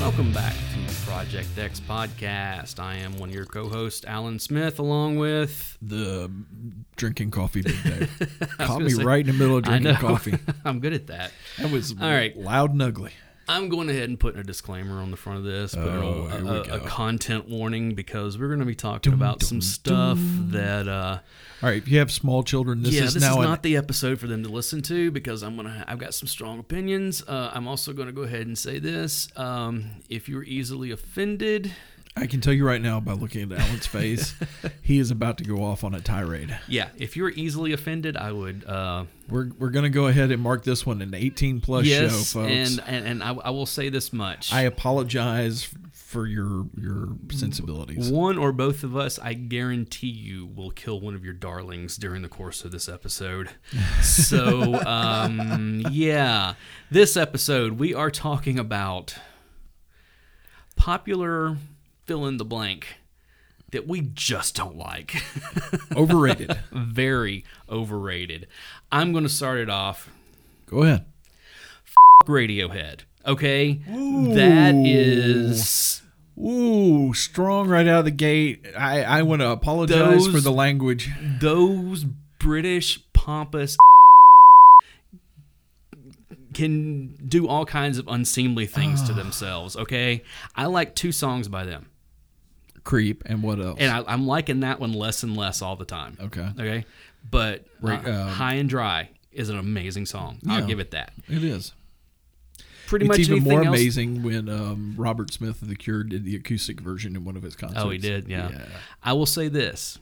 Welcome back to Project X Podcast. I am one of your co hosts, Alan Smith, along with. the drinking coffee big day. Caught gonna me say- right in the middle of I drinking know. coffee. I'm good at that. That was All right. loud and ugly. I'm going ahead and putting a disclaimer on the front of this, putting Oh, a- here we a, a go. content warning because we're going to be talking about some dum, stuff that. Uh, All right, if you have small children, this yeah, is this now is an- not the episode for them to listen to because I'm gonna. I've got some strong opinions. Uh, I'm also gonna go ahead and say this: um, if you're easily offended, I can tell you right now by looking at Alan's face, he is about to go off on a tirade. yeah, if you're easily offended, I would. Uh, We're we're gonna go ahead and mark this one an 18 plus yes, show, folks. and and, and I, I will say this much: I apologize f- for your your sensibilities. one or both of us, I guarantee you, will kill one of your darlings during the course of this episode. So, um, yeah, this episode we are talking about popular fill in the blank that we just don't like. Overrated. Very overrated. I'm going to start it off Go ahead. Radiohead. Okay, that is Ooh, strong right out of the gate. I, I want to apologize Those- for the language. those British pompous can do all kinds of unseemly things to themselves. Okay, I like two songs by them, Creep and what else? and I, I'm liking that one less and less all the time. okay. okay, but uh, Right, um, "High and Dry" is an amazing song. I'll Yeah. give it that. It is. Pretty it's much even anything more else- amazing when um, Robert Smith of The Cure did the acoustic version in one of his concerts. Oh, he did. Yeah. I will say this.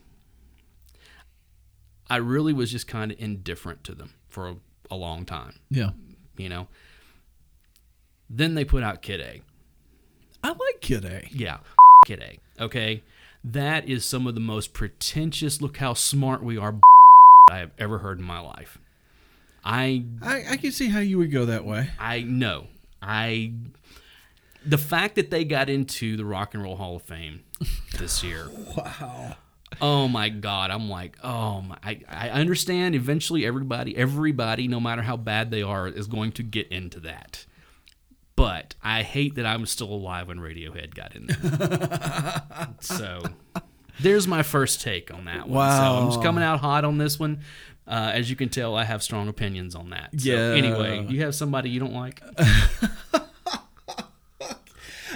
I really was just kind of indifferent to them for a, a long time. Yeah. you know. Then they put out Kid A. I like Kid A. Yeah, Kid A. Okay, that is some of the most pretentious. Look how smart we are. I have ever heard in my life. I I, I can see how you would go that way. I know I. The fact that they got into the Rock and Roll Hall of Fame this year. Wow. Oh my God! I'm like, oh my! I, I understand. Eventually, everybody, everybody, no matter how bad they are, is going to get into that. But I hate that I'm still alive when Radiohead got in there. so there's my first take on that one. So I'm just Wow. coming out hot on this one. Uh, as you can tell, I have strong opinions on that. So Yeah. Anyway, you have somebody you don't like.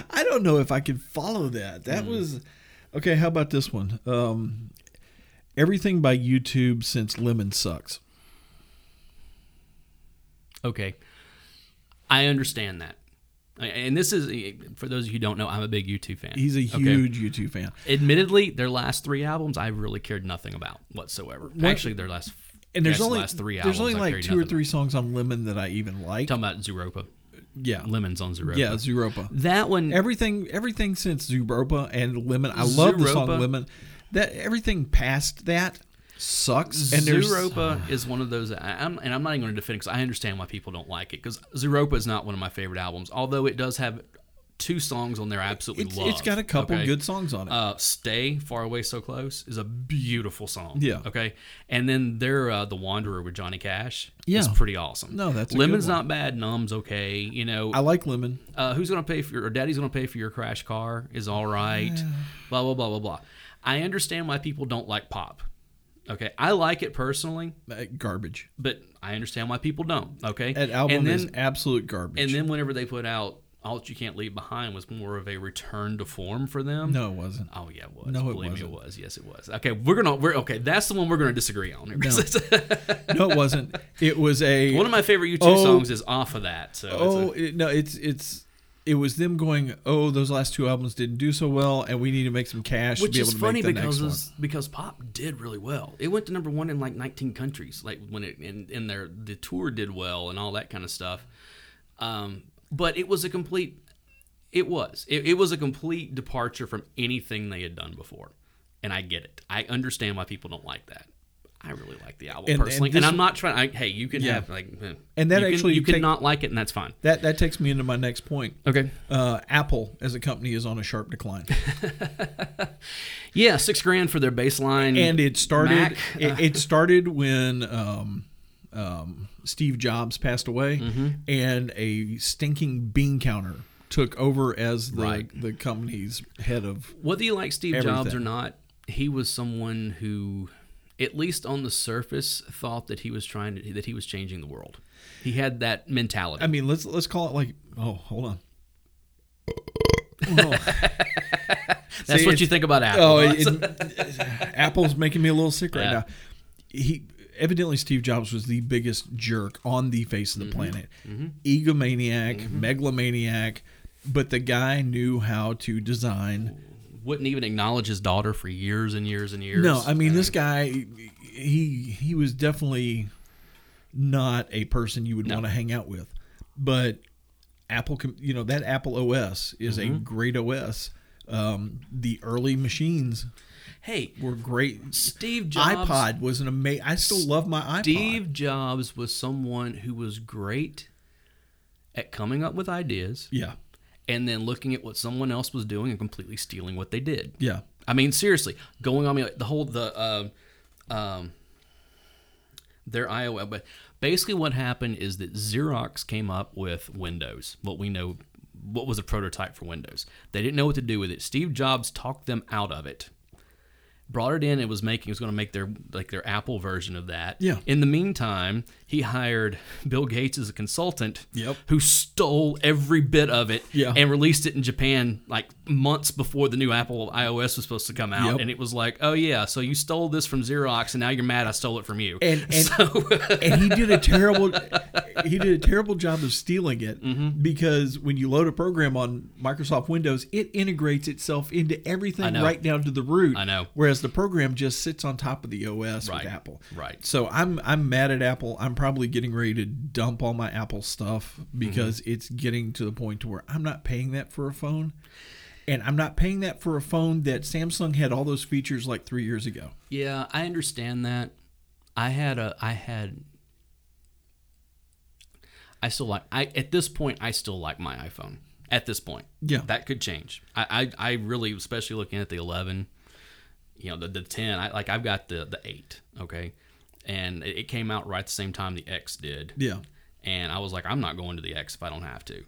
I don't know if I could follow that. Mm. That was. Okay, how about this one? Um, everything by YouTube since Lemon Sucks. Okay. I understand that. I- And this is, for those of you who don't know, I'm a big YouTube fan. He's a Okay? huge YouTube fan. Admittedly, their last three albums I really cared nothing about whatsoever. Actually, their last And there's yes, only last three albums there's only I like carried two or nothing three songs on Lemon that I even like. Talking about Zeropa, Yeah, Lemons on Zeropa. yeah, Zeropa. that one. everything everything since Zuropa and Lemon. I love the song Zooropa. Lemon. That everything past that sucks. And there's Zeropa is one of those, I- I'm, and I'm not even going to defend it because I understand why people don't like it. Because Zeropa is not one of my favorite albums, although it does have two songs on there I absolutely it's, love. it's got a couple okay? good songs on it. Uh, "Stay Far Away So Close" is a beautiful song. Yeah. Okay. And then their uh, "The Wanderer" with Johnny Cash is Yeah. pretty awesome. No, that's a good Lemon's one. not bad. Numb's okay. You know, I like Lemon. uh, who's gonna pay for your or daddy's gonna pay for your crash car is all right blah blah blah blah blah i understand why people don't like pop okay i like it personally Uh, Garbage. but i understand why people don't okay That album and then is absolute garbage. and then whenever they put out all that you can't leave behind was more of a return to form for them no, it wasn't. Oh yeah, it was. No, it Believe me, it was. Yes, it was. Okay, we're gonna we're okay. That's the one we're gonna disagree on. here. No, it wasn't. It was a. one of my favorite U2 Oh. songs is off of that. So it's a- oh it, no, it's it's. It was them going, oh, those last two albums didn't do so well, and we need to make some cash to which be able is to funny make the because next one. it's- because pop did really well. It went to number one in like 19 countries, like when it and, and their the tour did well and all that kind of stuff. Um, but it was a complete, it was it, it was a complete departure from anything they had done before, and I get it. I understand why people don't like that. I really like the album And- and personally, and, this- I'm not trying. I, hey, you can Yeah. have like, eh, And that you can- actually you take- can not like it, and that's fine. That that takes me into my next point. Okay. Uh, Apple as a company is on a sharp decline. Yeah, six grand for their baseline, and it started Mac. uh, it, it started when um, Mm-hmm. um, Steve Jobs passed away and a stinking bean counter took over as the Right. the company's head of whether you like Steve Jobs or Everything. not, he was someone who, at least on the surface, thought that he was trying to that he was changing the world. He had that mentality. I mean, let's let's call it like oh, hold on. Oh, That's see, what it's- you think about Apple. oh, it- it- Apple's making me a little sick right Yeah. now. He evidently Steve Jobs was the biggest jerk on the face of Mm-hmm. the planet, egomaniac, megalomaniac, but the guy knew how to design. Wouldn't even acknowledge his daughter for years and years and years. No, I mean this guy, he he was definitely not a person you would want to hang out with. But Apple, com- you know that Apple OS is a Mm-hmm. great OS. Um, the early machines hey, were great. Steve Jobs. iPod was an amazing. I still love my iPod. Steve Jobs was someone who was great at coming up with ideas Yeah, and then looking at what someone else was doing and completely stealing what they did. yeah. I mean, seriously, going on me the whole the um um, their iOS. But basically, what happened is that Xerox came up with Windows, what we know, what was a prototype for Windows. They didn't know what to do with it. Steve Jobs talked them out of it. Brought it in and was making was going to make their like their Apple version of that. Yeah. In the meantime, he hired Bill Gates as a consultant. Yep. Who stole every bit of it. Yeah. And released it in Japan like months before the new Apple iOS was supposed to come out, Yep. and it was like, oh yeah, so you stole this from Xerox, and now you're mad I stole it from you. And and, so uh, and he did a terrible he did a terrible job of stealing it Mm-hmm. because when you load a program on Microsoft Windows, it integrates itself into everything know. right down to the root. I know. Whereas the program just sits on top of the OS Right. with Apple. Right. So I'm I'm mad at Apple. I'm probably getting ready to dump all my Apple stuff because Mm-hmm. it's getting to the point to where I'm not paying that for a phone. And I'm not paying that for a phone that Samsung had all those features like three years ago. yeah, I understand that. I had a, I had, I still like. I at this point, I still like my iPhone. At this point, Yeah. that could change. I, I, I really, especially looking at the 11, you know, the, the 10. I like, I've got the the eight. Okay, and it, it came out right the same time the X did. Yeah. and I was like, I'm not going to the X if I don't have to.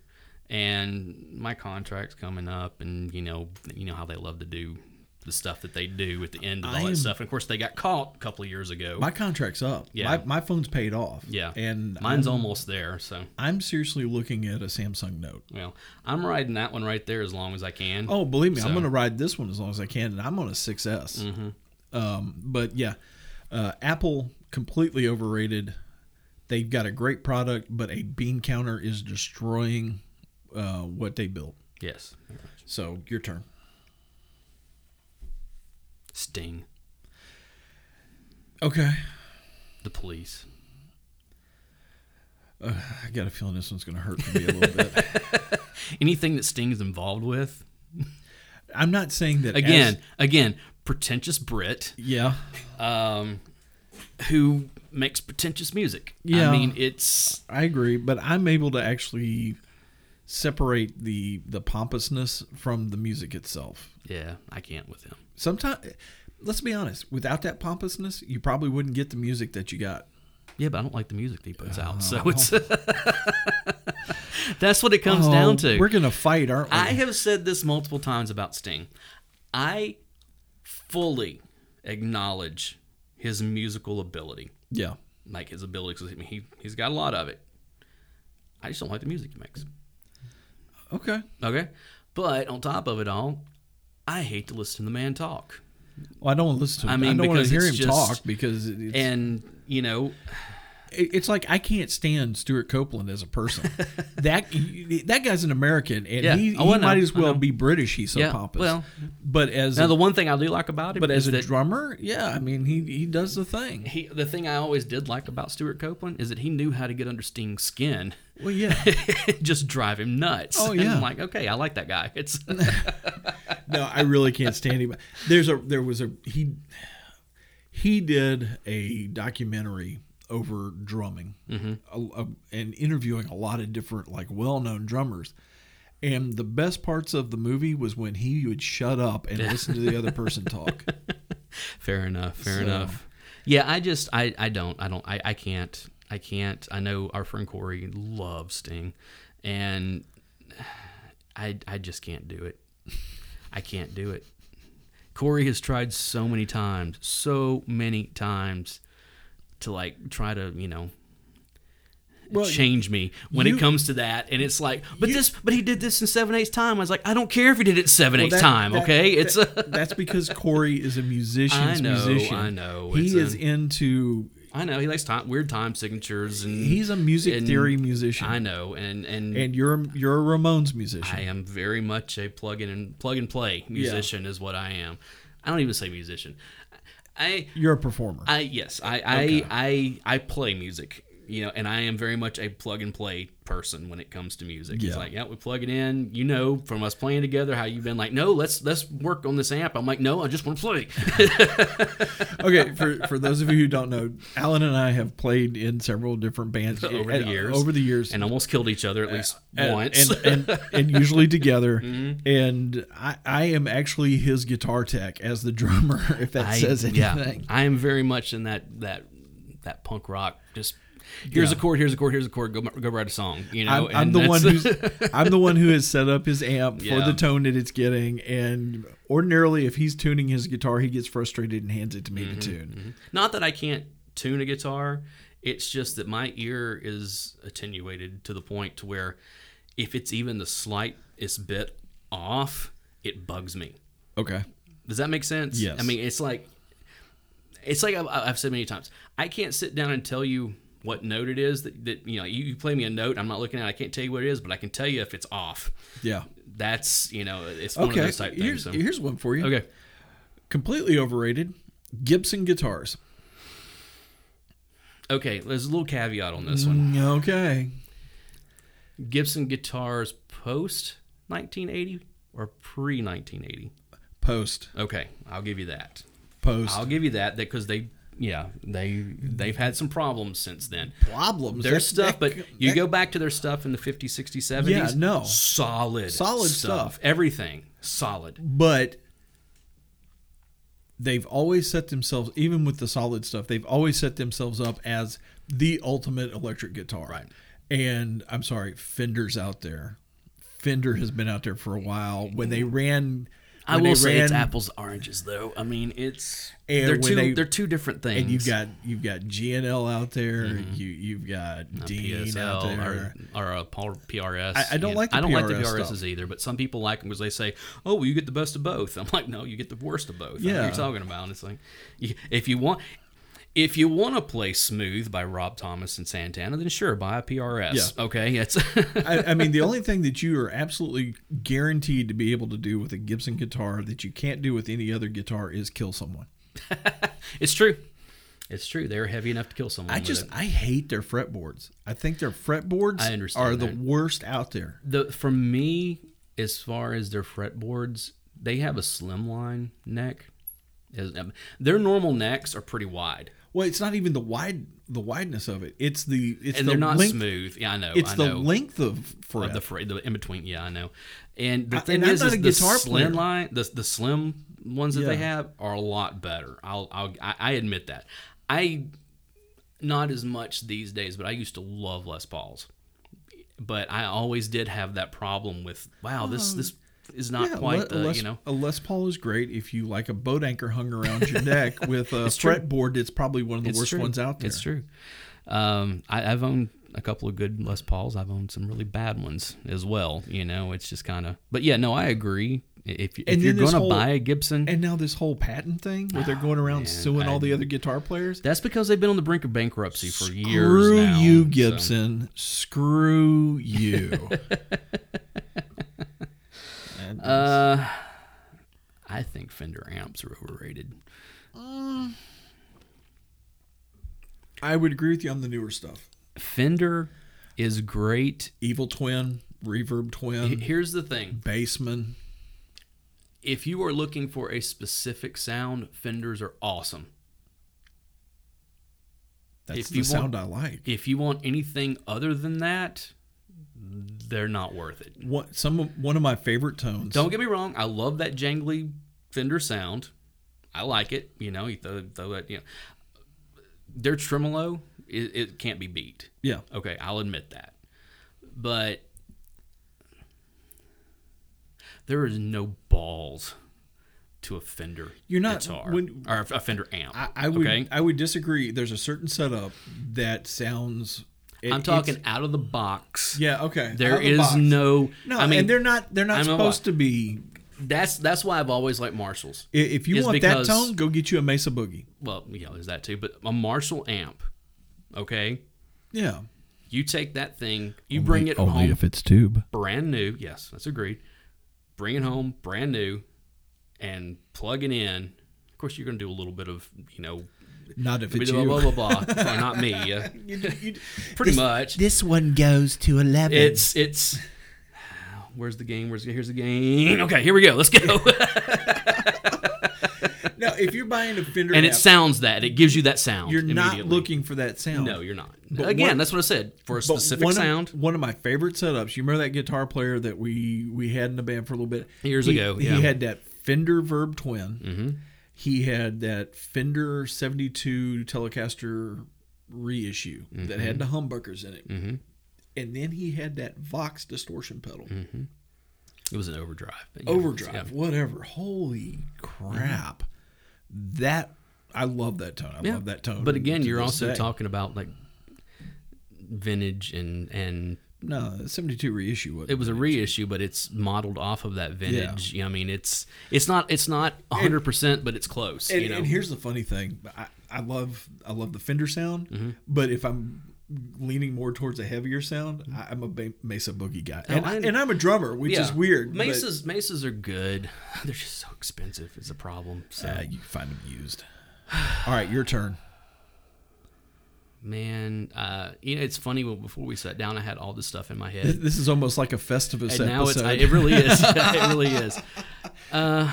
And my contract's coming up, and you know, you know how they love to do the stuff that they do at the end of all I am- that stuff. And of course, they got caught a couple of years ago. My contract's up. Yeah. My, my phone's paid off. yeah, And mine's I'm, almost there. So, I'm seriously looking at a Samsung Note. well, I'm riding that one right there as long as I can. Oh, believe me, I'm So- Mm-hmm. going to ride this one as long as I can, and I'm on a 6S. Um, but yeah, uh, Apple completely overrated. They've got a great product, but a bean counter is destroying uh, what they built. yes, So your turn. Sting, Okay. the police. I got a feeling this one's going to hurt me a little bit. Anything that Sting is involved with, I'm not saying that as- again, again, pretentious Brit. yeah. um, who makes pretentious music. Yeah. I mean, it's I agree, but I'm able to actually separate the the pompousness from the music itself. yeah, I can't with him. Sometimes, let's be honest, without that pompousness, you probably wouldn't get the music that you got. Yeah, but I don't like the music that he puts out, Oh. so it's that's what it comes down to. Oh, We're gonna fight, aren't we? I have said this multiple times about Sting. I fully acknowledge his musical ability, yeah, like his ability. 'cause I mean, he he's got a lot of it. I just don't like the music he makes. okay. Okay, but on top of it all, I hate to listen to the man talk. Well, I don't want to listen to. Him. I mean, don't want to because hear him it's just- talk because it- it's, and you know it- it's like I can't stand Stuart Copeland as a person. that that guy's an American, and Yeah. he, Oh, he I know, might as I well know. be British. He's so Yeah, pompous. well. but as now a, the one thing i do like about him but as is a that drummer, yeah, I mean he he does the thing. he, the thing i always did like about stuart copeland is that he knew how to get under sting's skin Well, yeah. just drive him nuts Oh, And yeah. i'm like okay i like that guy it's no, I really can't stand him. There's a there was a he he did a documentary over drumming a- a- and interviewing a lot of different like well-known drummers. And the best parts of the movie was when he would shut up and listen to the other person talk. fair enough fair So- enough yeah i just i, I don't i don't I, I can't i can't i know our friend corey loves sting and I I just can't do it. I can't do it. Corey has tried so many times, so many times to like try to, you know, Well, change me when you- it comes to that. And it's like, but this, but he did this in seven eighths time. I was like, I don't care if he did it seven eighths Well, that- time. that- okay. that- It's a, that's because Corey is a musician's I know, musician. I know. It's He is an- into. I know he likes time, weird time signatures and He's a music and- theory musician, I know. And, and, and you're a- you're a Ramones musician. I am very much a plug in and plug and play musician is what I am. I don't even say musician. I you're a performer. I yes, I I, I I play music, you know, and I am very much a plug and play person when it comes to music. Yeah. It's like, yeah, we plug it in. You know, from us playing together, how you've been like, no, let's let's work on this amp. I'm like, no, I just want to play. okay, for, for those of you who don't know, Alan and I have played in several different bands Over and- the years. Over the years, Uh, and almost killed each other at least and, once. Mm-hmm. and, and, and usually together. And I, I am actually his guitar tech as the drummer, if that I- says yeah, anything. I am very much in that that that punk rock. Just here's a chord, here's a chord, here's a chord. Go go write a song. You know, I'm, I'm the that's- one who's I'm the one who has set up his amp for Yeah. the tone that it's getting. And ordinarily, if he's tuning his guitar, he gets frustrated and hands it to Mm-hmm. me to tune. Not that I can't tune a guitar. It's just that my ear is attenuated to the point to where if it's even the slightest bit off, it bugs me. Okay, Does that make sense? Yes. I mean, it's like it's like I've, I've said many times. I can't sit down and tell you what note it is that, that you know you, you play me a note. I'm not looking at. it. I can't tell you what it is, but I can tell you if it's off. yeah. That's you know it's one of Okay, those type things. here's so- here's one for you. okay. completely overrated. Gibson guitars. Okay. There's a little caveat on this one. Okay. Mm-hmm. Gibson guitars post 1980 or pre 1980? Post. Okay, I'll give you that. Post. I'll give you that because they, yeah, they they've had some problems since then. Problems. Their That- stuff, that- but you that- go back to their stuff in the 50s, 60s, 70s. Yeah, no. solid, Solid stuff. Everything solid. But they've always set themselves, even with the solid stuff, they've always set themselves up as the ultimate electric guitar. Right. And I'm sorry, Fender's out there. Fender has been out there for a while. When they ran, I when will they say it's ran- apples to oranges, though. I mean, it's And they're when two they- they're two different things. And you've got you've got GNL out there. Mm-hmm. You you've got Dean out PSL there. or, or uh, a Paul PRS. I don't Yeah. like the I don't like the PRS PRSs stuff. either, but some people like them because they say, "Oh, well, you get the best of both." I'm like, "No, you get the worst of both." I know what Yeah. you're talking about. And it's like, you- if you want, if you want to play "Smooth" by Rob Thomas and Santana, then sure, buy a PRS. Okay, it's I, I mean, the only thing that you are absolutely guaranteed to be able to do with a Gibson guitar that you can't do with any other guitar is kill someone. it's true. It's true. They're heavy enough to kill someone. I with just it. I hate their fretboards. I think their fretboards I understand are the that. worst out there. the for me as far as their fretboards they have a slimline neck Is- um, their normal necks are pretty wide Well, it's not even the wide the wideness of it. It's the it's and the they're not length, smooth yeah i know It's i the know length of Of fret. the fret, the in between yeah i know and the I- thing and I'm is, not is a the guitar slim player. line the, the slim ones that they Yeah. have are a lot better i'll, I'll I, I admit that i not as much these days but i used to love les pauls but i always did have that problem with wow this this is not Oh. yeah, quite Le- the Les, you know a Les Paul is great if you like a boat anchor hung around your neck with a It's true. fretboard that's probably one of the It's worst true. ones out there. It's true. Um, I, I've owned a couple of good Les Pauls. I've owned some really bad ones as well. You know, it's just kind of. But yeah, no, I agree. If, if And you're then this going to whole- buy a Gibson, And now this whole patent thing where they're going around suing all the other guitar players. that's because they've been on the brink of bankruptcy for years Screw now, you, so- Gibson. Screw you. And Uh, I think Fender amps are overrated. I would agree with you on the newer stuff. Fender is great. Evil Twin, Reverb H- Twin, Here's the thing. Bassman. if you are looking for a specific sound, Fenders are awesome. That's If the you sound I like. If you want anything other than that, they're not worth it. What some of, one of my favorite tones. Don't get me wrong, I love that jangly Fender sound. I like it. You know, you throw, throw that. You know, their tremolo it, it can't be beat. yeah. Okay, I'll admit that. But there is no balls to a Fender You're not- guitar when- or a Fender amp. I, I would okay? I would disagree. There's a certain setup that sounds. it- I'm it's- talking out of the box. Yeah. Okay. There out of the is box. no. No, I mean, and they're not. They're I not know supposed to be. that's that's why I've always liked Marshalls. i- If you It's want because- that tone, go get you a Mesa Boogie. Well, you know, there's that too. But a Marshall amp, okay, Yeah. you take that thing, you bring it home it's tube. brand new. Yes, that's agreed. Bring it home brand new, and plug it in. Of course, you're going to do a little bit of you know, Not if blah it's blah you. blah blah. blah. Well, not me. Yeah. Pretty much. This one goes to 11. It's it's. Where's the game? Where's the, here's the game? Okay, here we go. Let's go. no, if you're buying a Fender, and it amp, sounds that it gives you that sound. you're not immediately. looking for that sound. No, you're not. But Again, one- that's what I said for a But specific one sound. Of, one of my favorite setups. You remember that guitar player that we we had in the band for a little bit Years He- ago, yeah. Mm-hmm. He had that Fender Verb Twin. He had that Fender seventy two Telecaster reissue Mm-hmm. that had the humbuckers in it, and then he had that Vox distortion pedal, Mm-hmm. it was an overdrive. but, you know, overdrive, yeah. whatever. Holy crap! That I love that tone. I Yeah. love that tone. But again, to you're this also day. talking about like vintage and and no seventy two reissue. Wasn't it was a reissue, but it's modeled off of that vintage. You know, I mean, it's it's not it's not 100, percent but it's close. And, you know, and here's the funny thing: I, I love I love the Fender sound, Mm-hmm. but if I'm leaning more towards a heavier sound, I, I'm a ba- Mesa Boogie guy, and, Mm-hmm. I- I, and I'm a drummer, which is Yeah. weird. but- Mesas Mesas are good. They're just so expensive. It's a problem. So Ah, you can find them used. All right, your turn. man, uh, you know, it's funny. Well, before we sat down, I had all this stuff in my head. Th- This is almost like a Festivus and now it's episode. I, it really is it really is a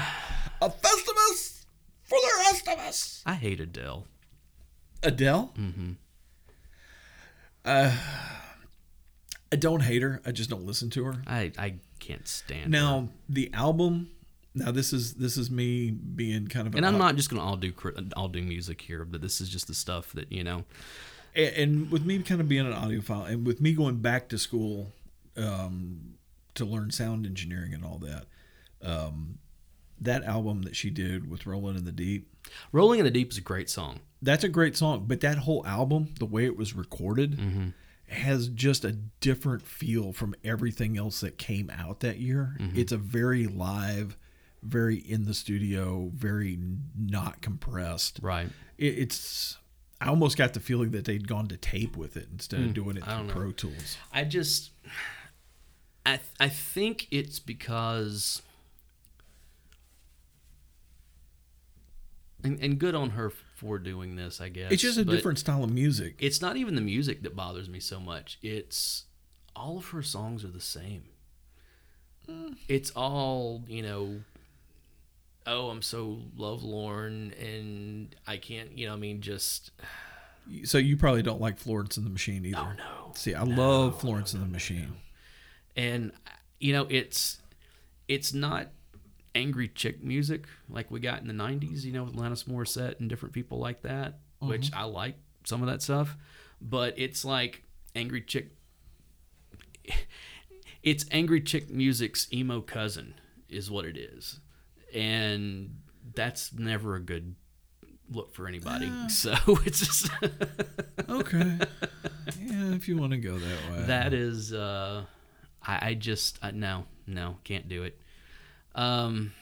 Festivus for the rest of us. i hate adele Adele. Mm-hmm. Uh, I don't hate her. I just don't listen to her. i i can't stand her. Now the album. Now this is this is me being kind of an and i'm odd- not just gonna all do cri- all do music here but this is just the stuff that you know and, and with me kind of being an audiophile and with me going back to school um, to learn sound engineering and all that um, that album that she did with rolling in the deep rolling in the deep is a great song that's a great song but that whole album the way it was recorded Mm-hmm. has just a different feel from everything else that came out that year Mm-hmm. it's a very live very in the studio very not compressed right it, it's I almost got the feeling that they'd gone to tape with it instead Hmm. of doing it through Pro Tools. i just i th- i think it's because and, and good on her for doing this i guess It's just a but different style of music. it's not even the music that bothers me so much. It's all of her songs are the same. It's all, you know, oh, I'm so lovelorn and I can't, you know, I mean, just, So you probably don't like Florence and the Machine either. oh no. See, I love Florence and the Machine. And, you know, it's, it's not angry chick music like we got in the 90s, you know, with Alanis Morissette and different people like that, which I like some of that stuff, but it's like angry chick it's angry chick music's emo cousin is what it is and that's never a good look for anybody so it's just Okay. yeah, if you want to go that way. that is uh i, I just I, no no can't do it um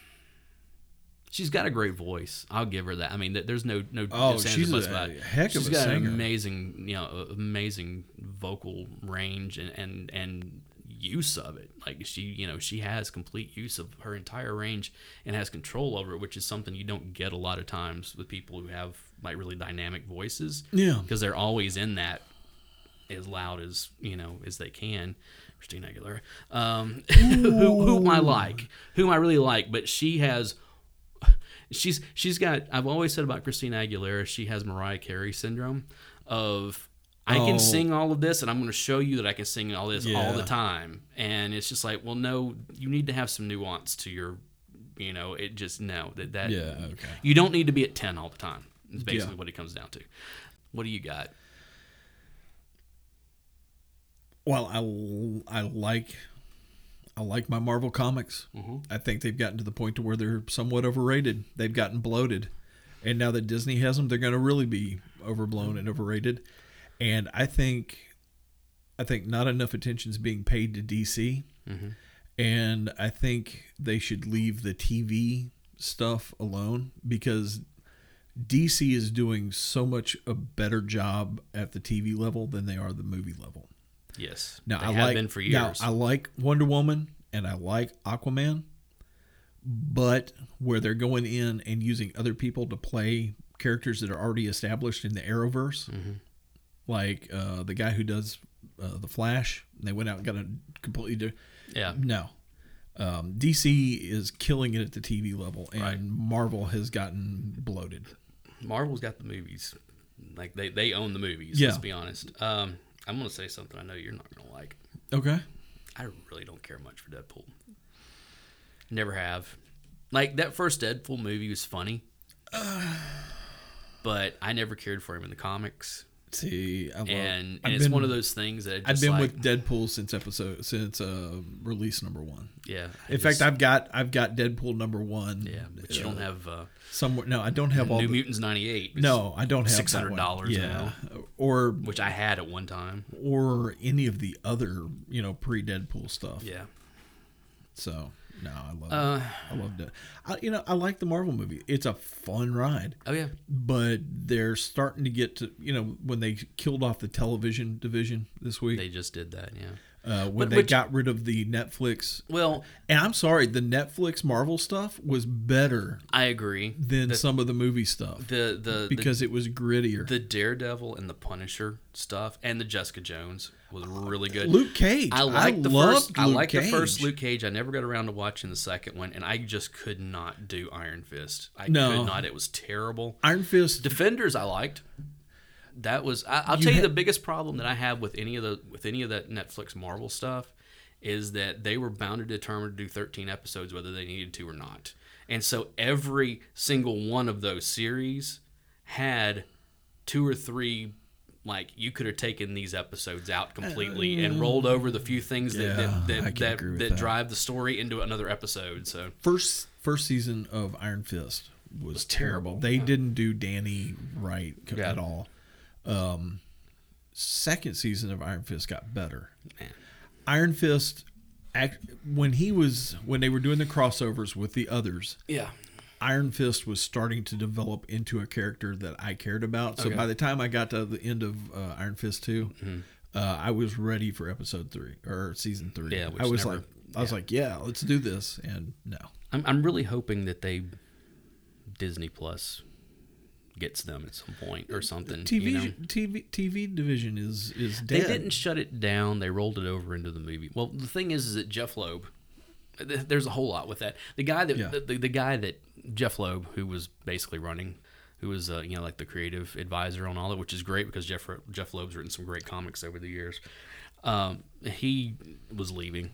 she's got a great voice i'll give her that i mean th- there's no no Oh, ifs, ands, or she's buts a about it. heck of She's a got an singer. amazing you know amazing vocal range and and and use of it like she you know she has complete use of her entire range and has control over it which is something you don't get a lot of times with people who have like really dynamic voices Yeah. because they're always in that as loud as you know as they can. Christina Aguilera, um, who, whom I like, whom I really like, but she has, she's she's got. I've always said about Christina Aguilera, she has Mariah Carey syndrome of. I Oh. can sing all of this, and I'm going to show you that I can sing all this all the Yeah. time. And it's just like, well, no, you need to have some nuance to your, you know, it just no that that Yeah, okay. you don't need to be at 10 all the time. It's basically what it comes down to. What do you got? Well, I, l- I like I like my Marvel comics. I think they've gotten to the point to where they're somewhat overrated. They've gotten bloated, and now that Disney has them, they're going to really be overblown and overrated. And I think, I think not enough attention is being paid to DC, and I think they should leave the TV stuff alone because DC is doing so much a better job at the TV level than they are the movie level. Yes. Now they I have like been for now, years. I like Wonder Woman and I like Aquaman, but where they're going in and using other people to play characters that are already established in the Arrowverse, Mm-hmm. like uh, the guy who does uh, the Flash, they went out and got a completely different. yeah. No. Um, DC is killing it at the TV level, and Marvel has gotten bloated. Marvel's got the movies. Like they, they own the movies, let's Yeah. be honest. Um, I'm gonna say something I know you're not gonna like. Okay. I really don't care much for Deadpool. Never have. Like that first Deadpool movie was funny. But I never cared for him in the comics. See, I love, And, I've and it's been- one of those things that I've just been like, with Deadpool since episode since uh, release number one. yeah. I In just- fact, I've got I've got Deadpool number one. yeah, but you don't have uh, somewhere. No, I don't have all. New the, Mutants '98. no, I don't have that one. $600 Yeah, or which I had at one time. or any of the other you know pre Deadpool stuff. Yeah, Uh, So no, I love I love Dead. I, you know, I like the Marvel movie. It's a fun ride. oh yeah, But they're starting to get to you know when they killed off the television division this week they just did that. Yeah. uh, when But they which- got rid of the Netflix Well, and I'm sorry the Netflix Marvel stuff was better I agree. than some of the movie stuff The the because it was grittier. the, the Daredevil and the Punisher stuff and the Jessica Jones was really good. Luke Cage. I like the first. loved I Luke like the first Cage. Luke Cage. I never got around to watching the second one, and I just could not do Iron Fist. I No. could not. It was terrible. Iron Fist. Defenders, I liked. That was. I, I'll You tell you had- the biggest problem that I have with any of the with any of that Netflix Marvel stuff is that they were bound and determined to do 13 episodes whether they needed to or not, and so every single one of those series had two or three. Like you could have taken these episodes out completely and rolled over the few things that Uh, Yeah, I that can that, that, agree with that that. drive the story into another episode. So first first season of Iron Fist was, terrible. They didn't do Danny right c- Yeah. at all. Um, second season of Iron Fist got better. Iron Fist, act, when he was when they were doing the crossovers with the others, yeah, Iron Fist was starting to develop into a character that I cared about. So by the time I got to the end of uh, Iron Fist 2 Mm-hmm. uh, I was ready for episode three or season three. Yeah, which I was never- like, I was like, yeah, let's do this, and no, I'm, I'm really hoping that they Disney Plus gets them at some point or something. TV you know? TV TV division is is They dead. didn't shut it down. They rolled it over into the movie. Well, the thing is, is that Jeff Loeb. th- There's a whole lot with that. The guy that Yeah. the, the, guy that Jeff Loeb, who was basically running, who was uh, you know like the creative advisor on all that, which is great because Jeff Jeff Loeb's written some great comics over the years. Um, he was leaving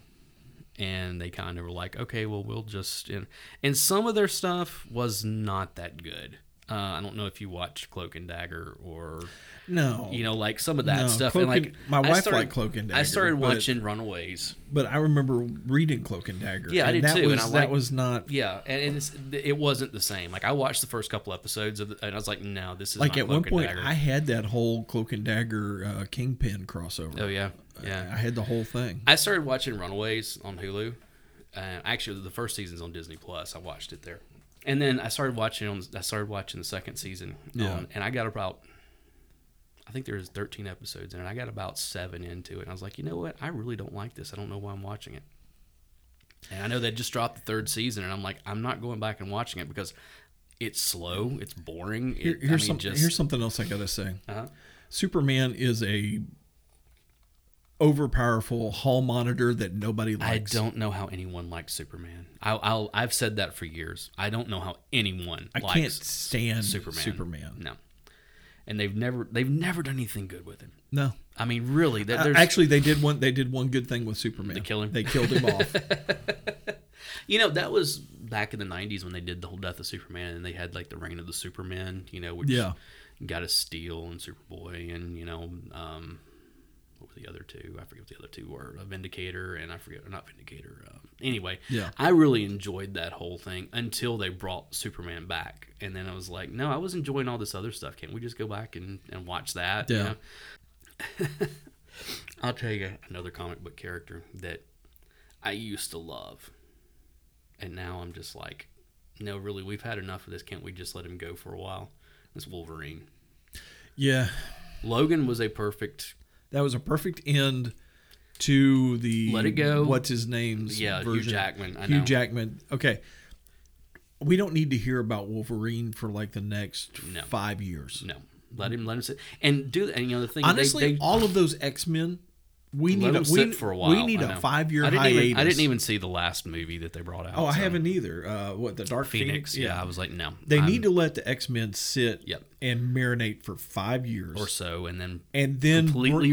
and they kind of were like, okay, well, we'll just and, and some of their stuff was not that good. Uh, I don't know if you watched Cloak and Dagger or no, you know, like some of that No, stuff. Cloak and like and- my wife I started, liked Cloak and I Dagger, started but- watching Runaways. but I remember reading Cloak and Dagger. Yeah, I and did that too, and Was, I that liked- was not Yeah, and and it's, it wasn't the same. Like I watched the first couple episodes of, the, and I was like, no, this is like not at Cloak one and point Dagger. I had that whole Cloak and Dagger uh, Kingpin crossover. oh yeah, I yeah. had the whole thing. I started watching Runaways on Hulu, and actually the first season's on Disney Plus. I watched it there, and then I started watching on. I started watching the second season. Yeah. on- and I got about. I think there was 13 episodes in it. I got about seven into it. And I was like, you know what? I really don't like this. I don't know why I'm watching it. And I know they just dropped the third season, and I'm like, I'm not going back and watching it because it's slow, it's boring. It, Here- I here's mean, some, just, here's something else I gotta say. Uh-huh. Superman is a overpowerful hall monitor that nobody I likes. don't know how anyone likes Superman. I, I'll, I've said that for years. I don't know how anyone I likes can't stand Superman. Superman. No, and they've never they've never done anything good with him. No. I mean, really, there- Uh, there's Actually, they did one. They did one good thing with Superman. They killed him? They killed him off. you know that was back in the '90s when they did the whole death of Superman, and they had like the reign of the Superman. You know, which Yeah. got us Steel and Superboy, and you know, um, what were the the other two. I forget what the other two were. A Vindicator and I forget not Vindicator. Um, anyway, Yeah. I really enjoyed that whole thing until they brought Superman back, and then I was like, no, I was enjoying all this other stuff. Can't we just go back and, and watch that? you Yeah. know? I'll tell you another comic book character that I used to love, and now I'm just like, no, really, we've had enough of this. Can't we just let him go for a while? It's Wolverine. Yeah. Logan was a perfect That was a perfect end to the Let It Go. What's his name's Yeah, Hugh version. Jackman, I Hugh know. Jackman. Okay. We don't need to hear about Wolverine for like the next No. five years. no. Let him let him sit and do and you know the thing. they- Honestly, they, all of those X Men, we need let a, him we, sit for a while. We need I a know. five year I didn't hiatus. even I didn't even see the last movie that they brought out. Oh, I so- haven't either. Uh, what the Dark Phoenix. Phoenix? Yeah. I was like, no, They I'm- need to let the X Men sit Yep. and marinate for five years or so, and then and then br- completely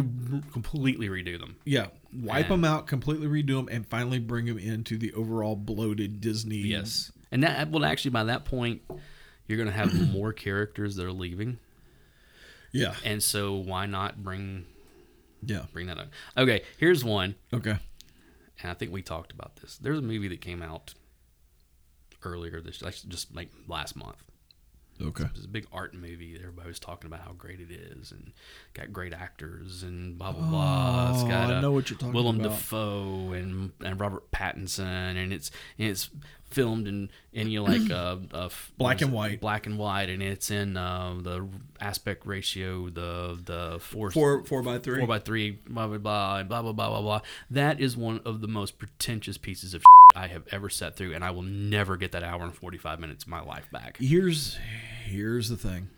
completely redo them. Yeah, wipe And- them out, completely redo them, and finally bring them into the overall bloated Disney. Yes, and that well, actually, by that point, you're going to have more characters that are leaving, Yeah. and so why not bring Yeah. bring that up? Okay, here's one, Okay. and I think we talked about this. There's a movie that came out earlier this, actually just like last month. Okay. It was a big art movie. that Everybody was talking about how great it is, and got great actors, and blah blah blah. It's Oh, got I uh, know what you're talking Willem about. Dafoe and and Robert Pattinson, and it's and it's filmed in and you know, like uh, uh f- Black and white. black and white, and it's in uh, the aspect ratio, the the four Four four by three. four by three, blah blah blah, and blah blah blah blah blah. That is one of the most pretentious pieces of. Shit I have ever sat through, and I will never get that hour and forty-five minutes of my life back. Here's here's the thing.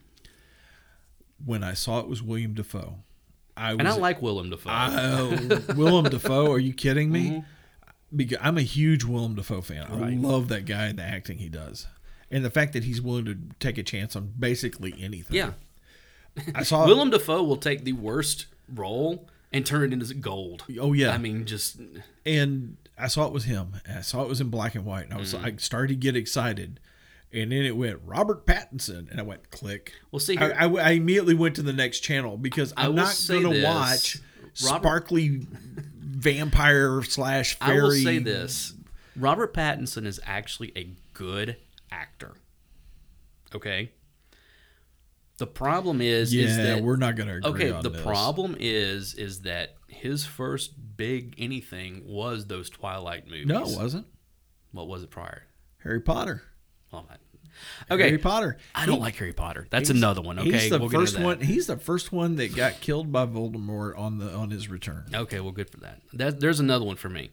When I saw it was William Defoe, I was And I like Willem Dafoe. I- Uh, Willem Dafoe. Are you kidding me? Mm-hmm. Because I'm a huge Willem Dafoe fan. I love that guy and the acting he does, and the fact that he's willing to take a chance on basically anything. Yeah. I saw Willem Dafoe will take the worst role and turn it into gold. Oh yeah, I mean, just and I saw it was him. and I saw it was in black and white, and I was Mm-hmm. I started to get excited, and then it went Robert Pattinson, and I went click. Well, see, I, here- I, I immediately went to the next channel because I I'm will not say going to this, watch Robert- sparkly vampire slash I fairy. will say this: Robert Pattinson is actually a good actor. Okay. The problem is, Yeah, is that we're not going to agree okay. on The this. problem is, is that his first big anything was those Twilight movies. No, uh, it wasn't what was it prior? Harry Potter. Well, I- okay, Harry Potter. I don't like Harry Potter. That's another one. Okay, he's the we'll get into first that. one. He's the first one that got killed by Voldemort on the on his return. Okay, well, good for that. that there's another one for me.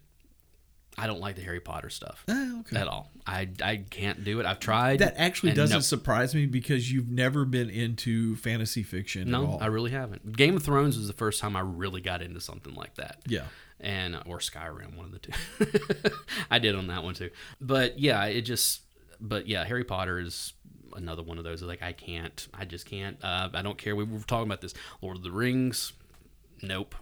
I don't like the Harry Potter stuff Ah, okay. at all. I, I can't do it. I've tried. That actually and doesn't Eh, no. surprise me because you've never been into fantasy fiction at No, all. I really haven't. Game of Thrones was the first time I really got into something like that. yeah. And uh, or Skyrim, one of the two. I did on that one too. But yeah, it just. But yeah, Harry Potter is another one of those. Like I can't. I just can't. Uh, I don't care. We were talking about this. Lord of the Rings. Nope.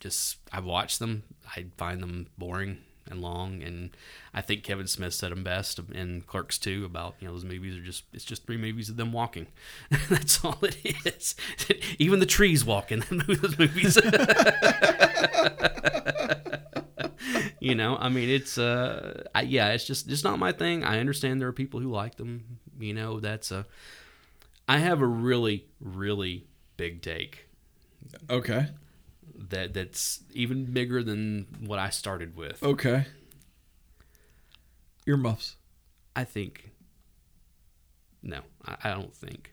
Just I watch them. I find them boring and long. And I think Kevin Smith said them best in Clerks Two about you know those movies are just it's just three movies of them walking. That's all it is. Even the trees walk in those movies. you know i mean it's uh I, yeah it's just it's not my thing i understand there are people who like them you know that's a i have a really really big take Okay. that that's even bigger than what i started with Okay. Earmuffs. i think no i, I don't think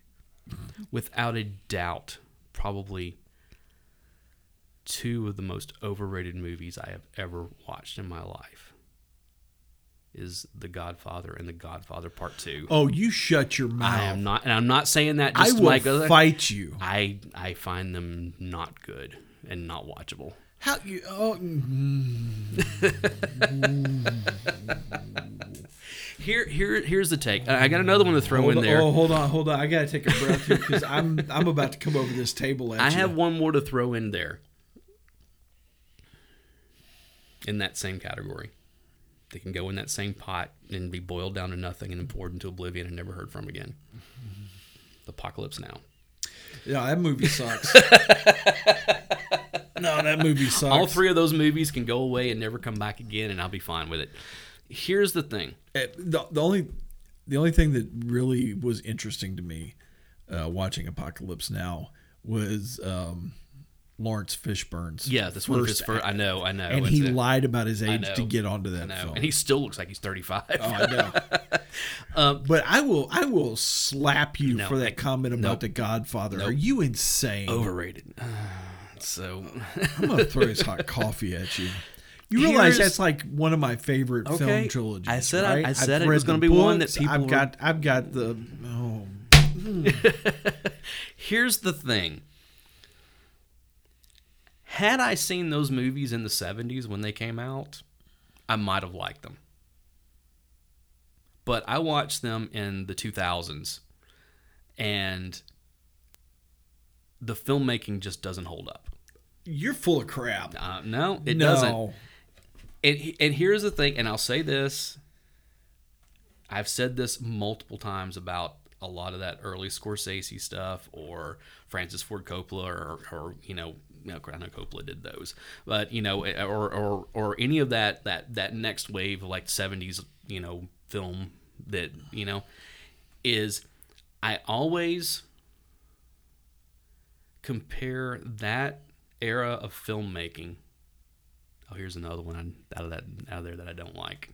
without a doubt probably two of the most overrated movies i have ever watched in my life is the godfather and the godfather part two Oh, you shut your mouth. I am not, and I'm not saying that I just to will like uh, other. fight you. I I find them not good and not watchable. How you? Oh, mm-hmm. Here here here's the take. I I got another one to throw hold in on, there. oh, hold on, hold on. I gotta take a breath here because I'm I'm about to come over this table at I you. have one more to throw in there. In that same category, they can go in that same pot and be boiled down to nothing and then poured into oblivion and never heard from again. Apocalypse Now. Yeah, that movie sucks. no, that movie sucks. All three of those movies can go away and never come back again, and I'll be fine with it. Here's the thing. Uh, the, the only the only thing that really was interesting to me uh, watching Apocalypse Now was um, Lawrence Fishburne's. Yeah, this one is first for I know, I know. and it's he a- lied about his age to know. get onto I that know. film. And he still looks like he's 35. oh, I know. but I will, I will slap you Um, No, for that thank- comment about nope. the Godfather. Are you insane? Overrated. So, I'm gonna throw this hot coffee at you. You Here's- realize that's like one of my favorite Okay. film trilogies. I said I- right? I I've said it read was the gonna be one that books. people I've were- got. I've got the. Oh, here's the thing. Had I seen those movies in the 70s when they came out, I might have liked them. But I watched them in the 2000s and the filmmaking just doesn't hold up. you're full of crap. Uh, no, it no. doesn't. And, and here's the thing, and I'll say this. I've said this multiple times about a lot of that early Scorsese stuff or Francis Ford Coppola or, or you know, no, I know Coppola did those, but you know, eh, or, or or any of that that that next wave of like '70s, you know, film that you know is I always compare that era of filmmaking Oh, here's another one I- out of that out of there that I don't like,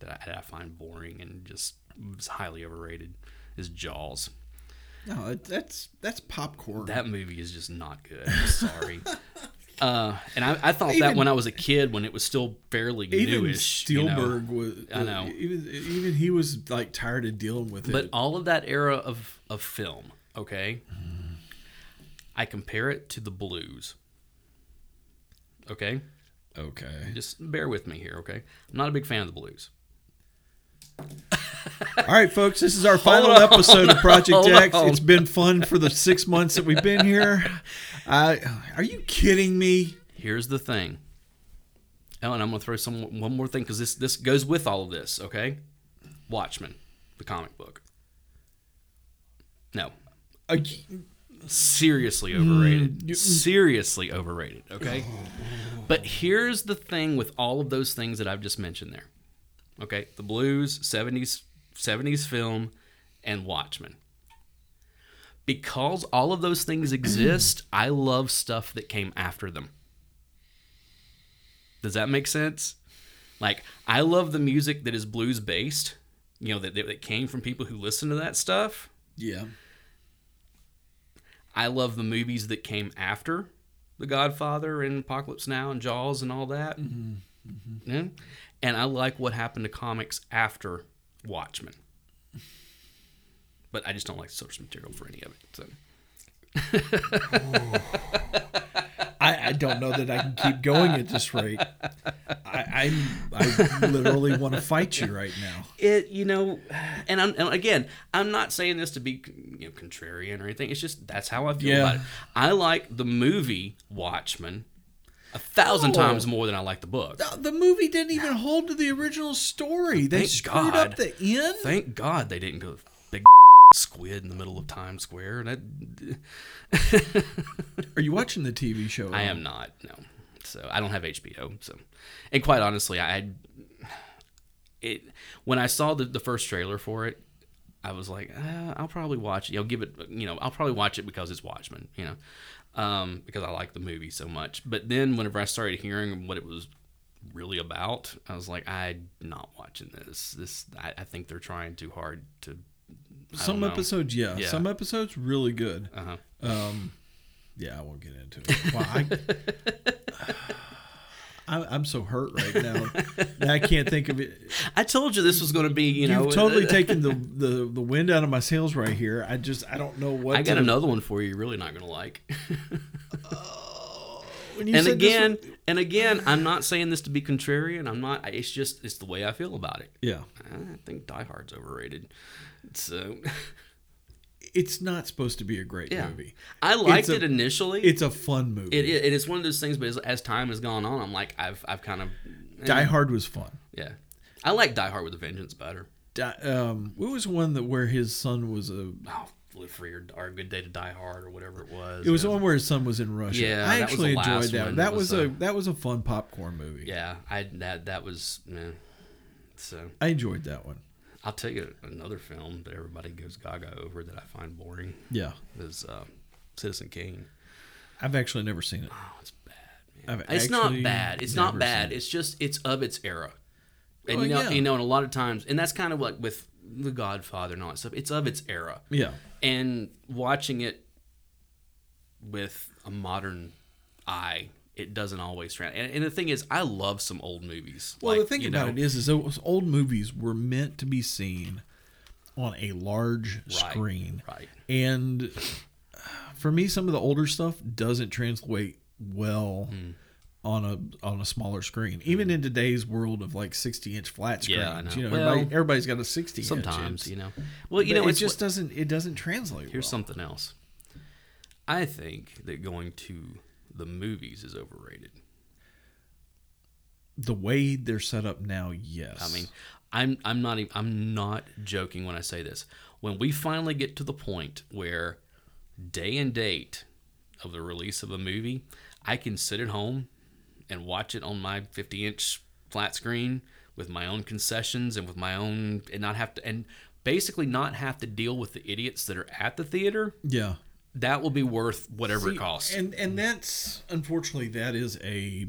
that I, that I find boring and just is highly overrated, is Jaws. No, it- that's that's popcorn. That movie is just not good. I'm sorry. uh, and I, I thought that Even- when I was a kid, when it was still fairly even newish. you know. Spielberg was. uh, I know. Even even he was like tired of dealing with it. But all of that era of, of film, okay? Mm. I compare it to the blues. Okay? okay. Just bear with me here, okay? I'm not a big fan of the blues. All right, folks. This is our final on, episode of Project hold X. on. It's been fun for the six months that we've been here. I, are you kidding me? Here's the thing. Oh, and I'm gonna throw some one more thing because this this goes with all of this. Okay, Watchmen, the comic book. No, Are you- seriously overrated. Seriously overrated. Okay, but here's the thing with all of those things that I've just mentioned there. Okay, the blues, 70s 70s film, and Watchmen. Because all of those things exist, I love stuff that came after them. Does that make sense? Like, I love the music that is blues based, you know, that, that, that came from people who listen to that stuff. yeah. I love the movies that came after The Godfather and Apocalypse Now and Jaws and all that. Mm-hmm. Yeah. And I like what happened to comics after Watchmen. But I just don't like the source material for any of it. So. I, I don't know that I can keep going at this rate. I, I, I literally want to fight you right now. It, you know, and I'm and again, I'm not saying this to be you know contrarian or anything. It's just that's how I feel Yeah. about it. I like the movie Watchmen a thousand Oh. times more than I like the book. Uh, The- The movie didn't even hold to the original story. They Thank screwed God. up the end. Thank God they didn't go big squid in the middle of Times Square. That Are you watching the TV show? I am not. No, so I don't have HBO. So, and quite honestly, I it when I saw the, the first trailer for it, I was like, uh, I'll probably watch it. You know, give it. You know, I'll probably watch it because it's Watchmen. You know, um, because I like the movie so much. But then whenever I started hearing what it was really about, I was like, I'm not watching this. This I, I think they're trying too hard to. I don't Some know. episodes, yeah. Yeah. Some episodes, really good. Uh-huh. Um, yeah, I won't get into it. Wow, I, I, I'm so hurt right now. that I can't think of it. I told you this was going to be, you You know, uh, have totally taken the, the, the wind out of my sails right here. I just I don't know what. I to got do. another one for you. You're really not going to like. When you and said this again, was- and again, I'm not saying this to be contrarian. I'm not. I- It's just it's the way I feel about it. yeah. I think Die Hard's overrated. So it's not supposed to be a great yeah, movie. I liked a- it initially. It's It's a fun movie. it, it, it is one of those things. But as, as time has gone on, I'm like I've I've kind of eh, Die Hard was fun. yeah. I like Die Hard with a Vengeance better. Di- um, what was one that where his son was a Oh Live Free or, or Good Day to Die Hard or whatever it was. It was the And- one where his son was in Russia. Yeah, I that was actually the enjoyed last that. one. That It was was, a, a- that was a fun popcorn movie. Yeah, I that that was yeah. So I enjoyed that one. I'll tell you another film that everybody goes gaga over that I find boring Yeah, is uh, Citizen Kane. I've actually never seen it. Oh, it's bad, I've man. It's not actually bad. It's never not bad. seen It's just it's of its era, and Well, you know yeah. you know, and a lot of times, and that's kind of like with The Godfather and all that stuff. It's of its era, Yeah, and watching it with a modern eye. It doesn't always trans. And, and the thing is, I love some old movies. Well, Like, the thing you about know, it is, is those old movies were meant to be seen on a large Right, screen, right. And for me, some of the older stuff doesn't translate well Hmm. on a on a smaller screen. Even in today's world of like sixty inch flat screens, Yeah, I know. you know, Well, everybody, everybody's got a sixty. inch. sometimes It's- you know well you know it it's just just doesn't it doesn't translate. here's well. something else i think that going to the movies is overrated the way they're set up now. Yes, i mean i'm i'm not even, i'm not joking when i say this when we finally get to the point where day and date of the release of a movie i can sit at home and watch it on my 50 inch flat screen with my own concessions and with my own and not have to and basically not have to deal with the idiots that are at the theater yeah. that will be worth whatever it costs. And and that's unfortunately that is a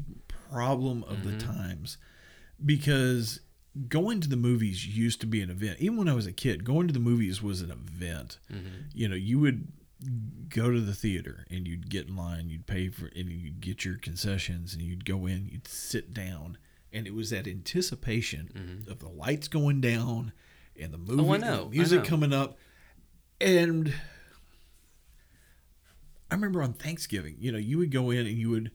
problem of Mm-hmm. the times because going to the movies used to be an event. Even when I was a kid, going to the movies was an event. Mm-hmm. You know, you would go to the theater and you'd get in line, you'd pay for and you'd get your concessions and you'd go in, you'd sit down and it was that anticipation of the lights going down and the movie and the know, Mm-hmm. Oh, I music know. coming up and I remember on Thanksgiving, you know, you would go in and you would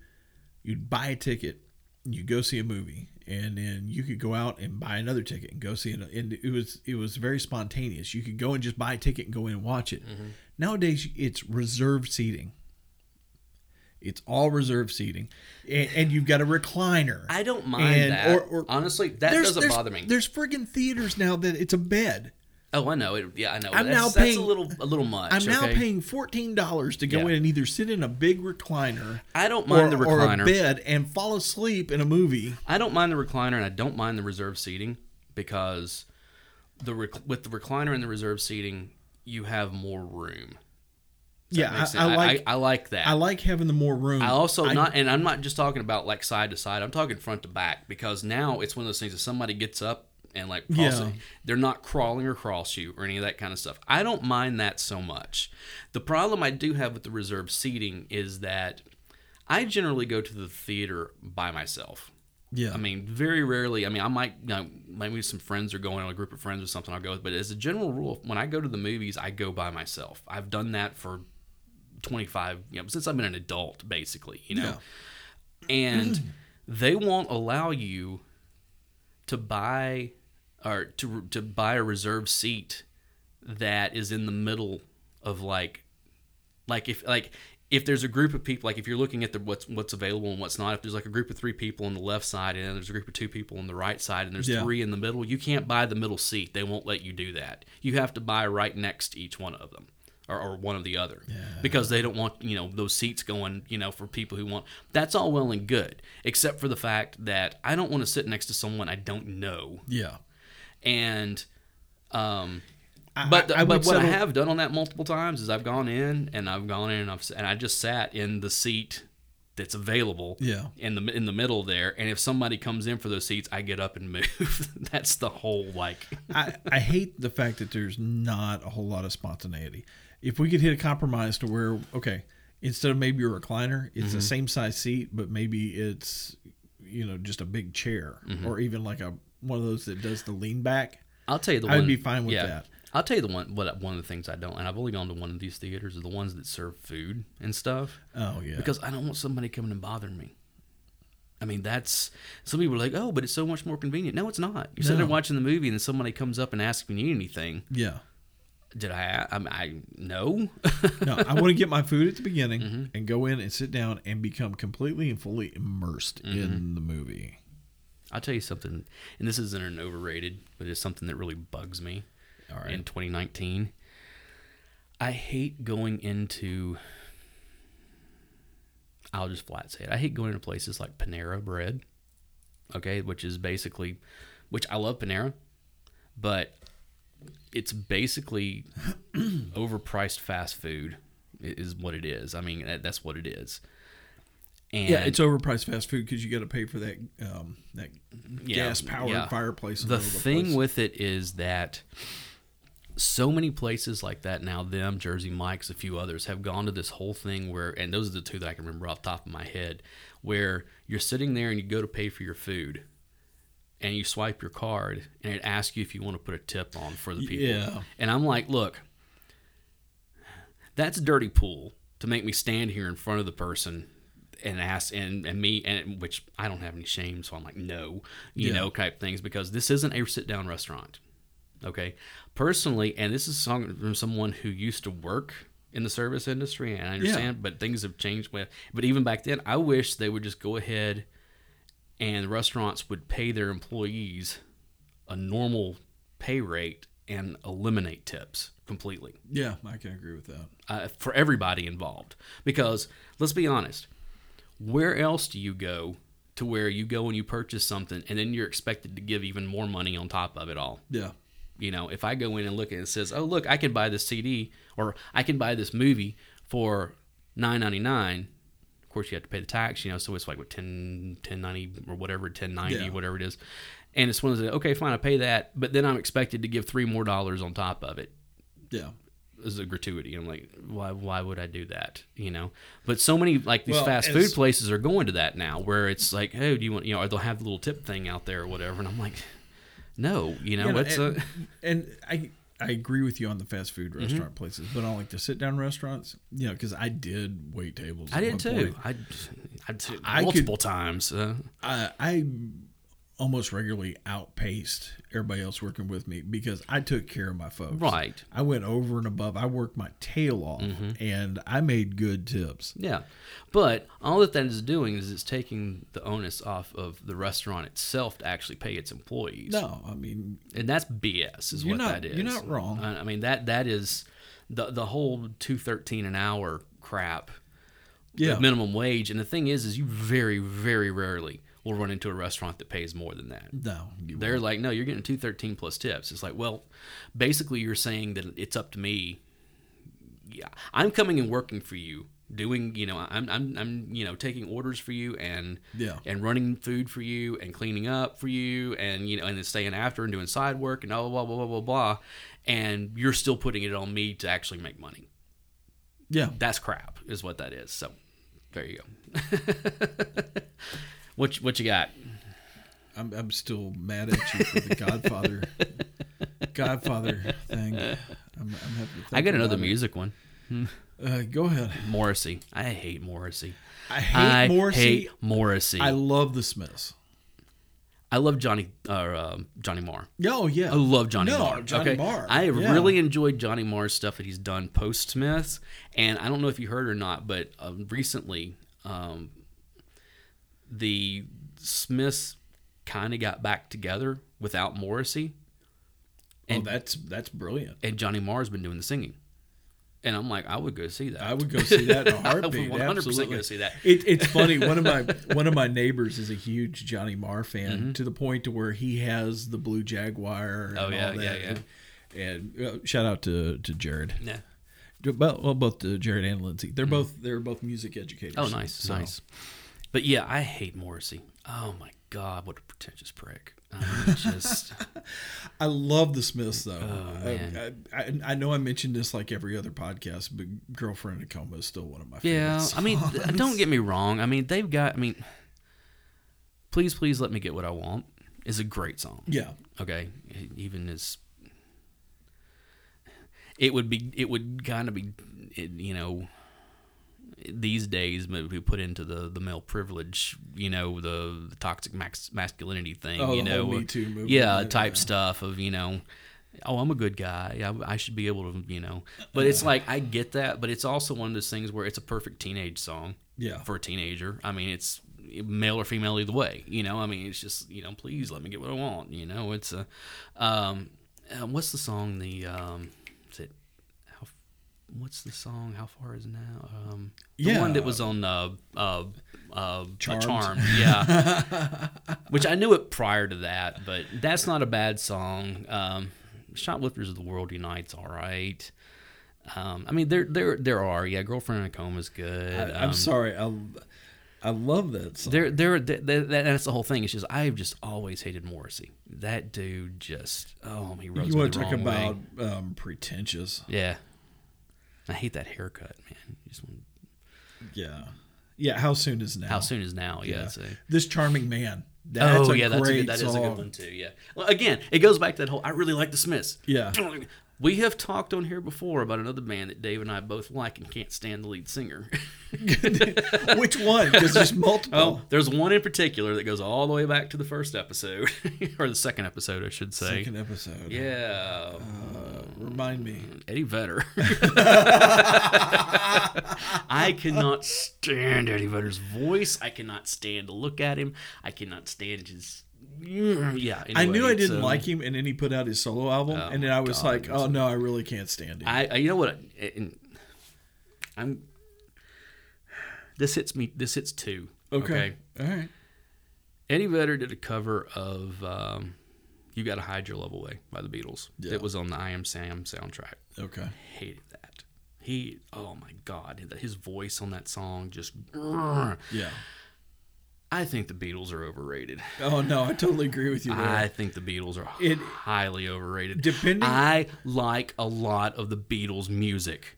you'd buy a ticket, you go see a movie, and then you could go out and buy another ticket and go see it. And it was it was very spontaneous. You could go and just buy a ticket and go in and watch it. Mm-hmm. Nowadays, it's reserved seating. It's all reserved seating, and, and you've got a recliner. I don't mind And- that. or- or- Honestly, that There's- doesn't there's- bother me. There's friggin' theaters now that it's a bed. Oh, I know. It, yeah, I know. I'm that's, now that's a paying- little a little much. I'm now okay? paying fourteen dollars to go Yeah. in and either sit in a big recliner. I don't mind or, the or recliner. a bed and fall asleep in a movie. I don't mind the recliner, and I don't mind the reserve seating because the rec- with the recliner and the reserve seating, you have more room. Does that yeah, make sense? I, I like I, like that. I, like having the more room. I also not, and I'm not just talking about like side to side. I'm talking front to back because now it's one of those things that somebody gets up and like crosses, Yeah. they're not crawling across you or any of that kind of stuff. I don't mind that so much. The problem I do have with the reserved seating is that I generally go to the theater by myself. Yeah, I mean, very rarely. I mean, I might, you know, maybe some friends are going on a group of friends or something I'll go with, but as a general rule, when I go to the movies, I go by myself. I've done that for 25, you know, since I've been an adult, basically, you know. And they won't allow you to buy or to, to buy a reserved seat that is in the middle of like like if like if there's a group of people like if you're looking at the what's what's available and what's not if there's like a group of three people on the left side and then there's a group of two people on the right side and there's Yeah. three in the middle you can't buy the middle seat they won't let you do that you have to buy right next to each one of them or, or one of the other because they don't want you know those seats going you know for people who want that's all well and good except for the fact that i don't want to sit next to someone i don't know yeah. and um I- but I- I but would what I settle- have done on that multiple times is I've gone in and I've gone in and I've s- and I just sat in the seat that's available Yeah. in the in the middle there and if somebody comes in for those seats I get up and move that's the whole like I, I hate the fact that there's not a whole lot of spontaneity. If we could hit a compromise to where okay, instead of maybe a recliner, it's Mm-hmm. the same size seat, but maybe it's you know just a big chair Mm-hmm. or even like a one of those that does the lean back. I'll tell you the I would one be fine with that. I'll tell you the one what one of the things I don't and I've only gone to one of these theaters are the ones that serve food and stuff Oh yeah, because I don't want somebody coming and bothering me. I mean, that's some people are like, oh, but it's so much more convenient. No, it's not. You're sitting there No. watching the movie, and then somebody comes up and asks if you need anything. yeah. Did I? I, I no. No, I want to get my food at the beginning Mm-hmm. and go in and sit down and become completely and fully immersed Mm-hmm. in the movie. I'll tell you something, and this isn't an overrated, but it's something that really bugs me. All right. In 2019, I hate going into. I'll just flat say it. I hate going into places like Panera Bread, okay, which is basically, which I love Panera, but it's basically overpriced fast food i- is what it is. I mean, that, that's what it is. And Yeah, it's overpriced fast food because you got to pay for that um, that Yeah, gas powered yeah. fireplace. In the the middle of thing place. with it is that so many places like that now them jersey mike's a few others have gone to this whole thing where and those are the two that i can remember off the top of my head where you're sitting there and you go to pay for your food and you swipe your card and it asks you if you want to put a tip on for the people Yeah. and i'm like look that's dirty pool to make me stand here in front of the person and ask and, and me and which I don't have any shame, so I'm like no, you Yeah. know, type things because this isn't a sit down restaurant. Okay, personally, and this is a song from someone who used to work in the service industry, and I understand, but things have changed. With but even back then, I wish they would just go ahead and restaurants would pay their employees a normal pay rate and eliminate tips completely yeah, I can agree with that. uh, for everybody involved. Because let's be honest, where else do you go to where you go and you purchase something and then you're expected to give even more money on top of it all? Yeah, You know, if I go in and look and it says, "Oh, look, I can buy this CD or I can buy this movie for nine ninety nine. Of course, you have to pay the tax, you know, so it's like what 10 1090 or whatever, ten ninety, Yeah. whatever it is. And it's one of the okay, fine, I pay that, but then I'm expected to give three more dollars on top of it yeah. as a gratuity. I'm like, why? Why would I do that? You know. But so many like these Well, fast it's- food places are going to that now, where it's like, hey, do you want? You know, or they'll have the little tip thing out there or whatever, and I'm like, no, you know, You know, it's and, a and I I agree with you on the fast food Mm-hmm. restaurant places, but on like the sit down restaurants, you know, because I did wait tables. I at did one too. point. I, I did Oh, I multiple times. Uh, I, I almost regularly outpaced everybody else working with me because I took care of my folks. Right. Mm-hmm. I went over and above. I worked my tail off, and I made good tips. yeah, but all that that is doing is it's taking the onus off of the restaurant itself to actually pay its employees. No, I mean, and that's BS is You're what not- that is. you're not wrong. I, I mean that that is the the whole two thirteen an hour crap. Yeah. the minimum wage, and the thing is, is you very very rarely will run into a restaurant that pays more than that. no, you They're like, no, you're getting two thirteen plus tips. It's like, well, basically, you're saying that it's up to me. Yeah, I'm coming and working for you, doing you know, I'm I'm I'm you know taking orders for you and Yeah. and running food for you and cleaning up for you and you know and then staying after and doing side work and all blah blah blah blah blah, and you're still putting it on me to actually make money. yeah. That's crap, is what that is. So, there you go. what you- what you got? I'm, I'm still mad at you for the Godfather, Godfather thing. I'm, I'm having to I got think another about it. music one. Uh, go ahead. Morrissey. I hate Morrissey. I hate I Morrissey. hate Morrissey. I I, love the Smiths. love Johnny or um Johnny Marr. Oh yeah, I love Johnny no, Marr. Johnny okay? Marr. I Yeah. really enjoyed Johnny Marr's stuff that he's done post Smiths, and I don't know if you heard or not, but um, recently, um, the Smiths kind of got back together without Morrissey. Oh, that's that's brilliant. and Johnny Marr's been doing the singing. And I'm like, I would go see that. I would go see that in a I would heartbeat. 100% absolutely. go see that. It, it's funny. One of my one of my neighbors is a huge Johnny Marr fan to the point to where he has the blue Jaguar. And Mm-hmm. Oh, yeah, all that. yeah, yeah. And, and, uh, shout out to to Jared. Yeah. To- Well, well, both to Jared and Lindsay. They're both they're both music educators. Mm-hmm. Oh, nice, So, nice. But yeah, I hate Morrissey. Oh my God, what a pretentious prick! I mean, just I love the Smiths though. I, Oh, man. I, I, I know I mentioned this like every other podcast, but "Girlfriend in a Coma" is still one of my yeah. favorites. I mean, th- don't get me wrong. I mean, they've got. I mean, please, please let me get what I want is a great song. yeah, okay even as it would be it would kind of be it, you know these days maybe put into the the male privilege you know the, the toxic max, masculinity thing Oh, you the whole know Me Too movement, yeah yeah. type stuff of you know oh i'm a good guy I, I should be able to you know but it's like i get that but it's also one of those things where it's a perfect teenage song Yeah. for a teenager i mean it's male or female either way you know i mean it's just you know please let me get what i want you know it's uh, a um uh, what's the song the um is it how what's the song? How far is now? Um, the Yeah. one that was on uh, uh, uh, Charmed. Charmed. Charmed, yeah. Which I knew it prior to that, but that's not a bad song. Um, Shoplifters of the World Unites, all right. Um, I mean, there, there, there are. Yeah, Girlfriend in a Coma is good. I, I'm um, sorry. I, I love that song. There, there, th- th- that- that's the whole thing. It's just I have just always hated Morrissey. That dude just oh, he rubs You me want the to talk wrong way. about um, pretentious? Yeah. I hate that haircut, man. You just want, Yeah, yeah. How soon is now? how soon is now? Yeah. Yeah. so- This charming man. That's oh, a yeah, that's a great good, that is a song. good one too. Yeah. Well, again, it goes back to that whole. I really like the Smiths. Yeah. We have talked on here before about another band that Dave and I both like and can't stand the lead singer. Which one? Because there's multiple. Oh, there's one in particular that goes all the way back to the first episode, or the second episode, I should say. Second episode. Yeah, Uh, remind me. Eddie Vedder. I cannot stand Eddie Vedder's voice. I cannot stand to look at him. I cannot stand his. Yeah, I knew anyway, I didn't so- like him, and then he put out his solo album, Oh, and then I was God, like, "Oh no, I really can't stand him." I, I you know what? And I'm. This hits me. This hits two. okay. all right. Eddie Vedder did a cover of um, "You Got to Hide Your Love Away" by the Beatles. Yeah. It was on the I Am Sam soundtrack. Okay. hated that. He, oh my God, his voice on that song just. grrr. Yeah. I think the Beatles are overrated. Oh no, I totally agree with you. There. I think the Beatles are It- highly overrated. Depending- I like a lot of the Beatles' music.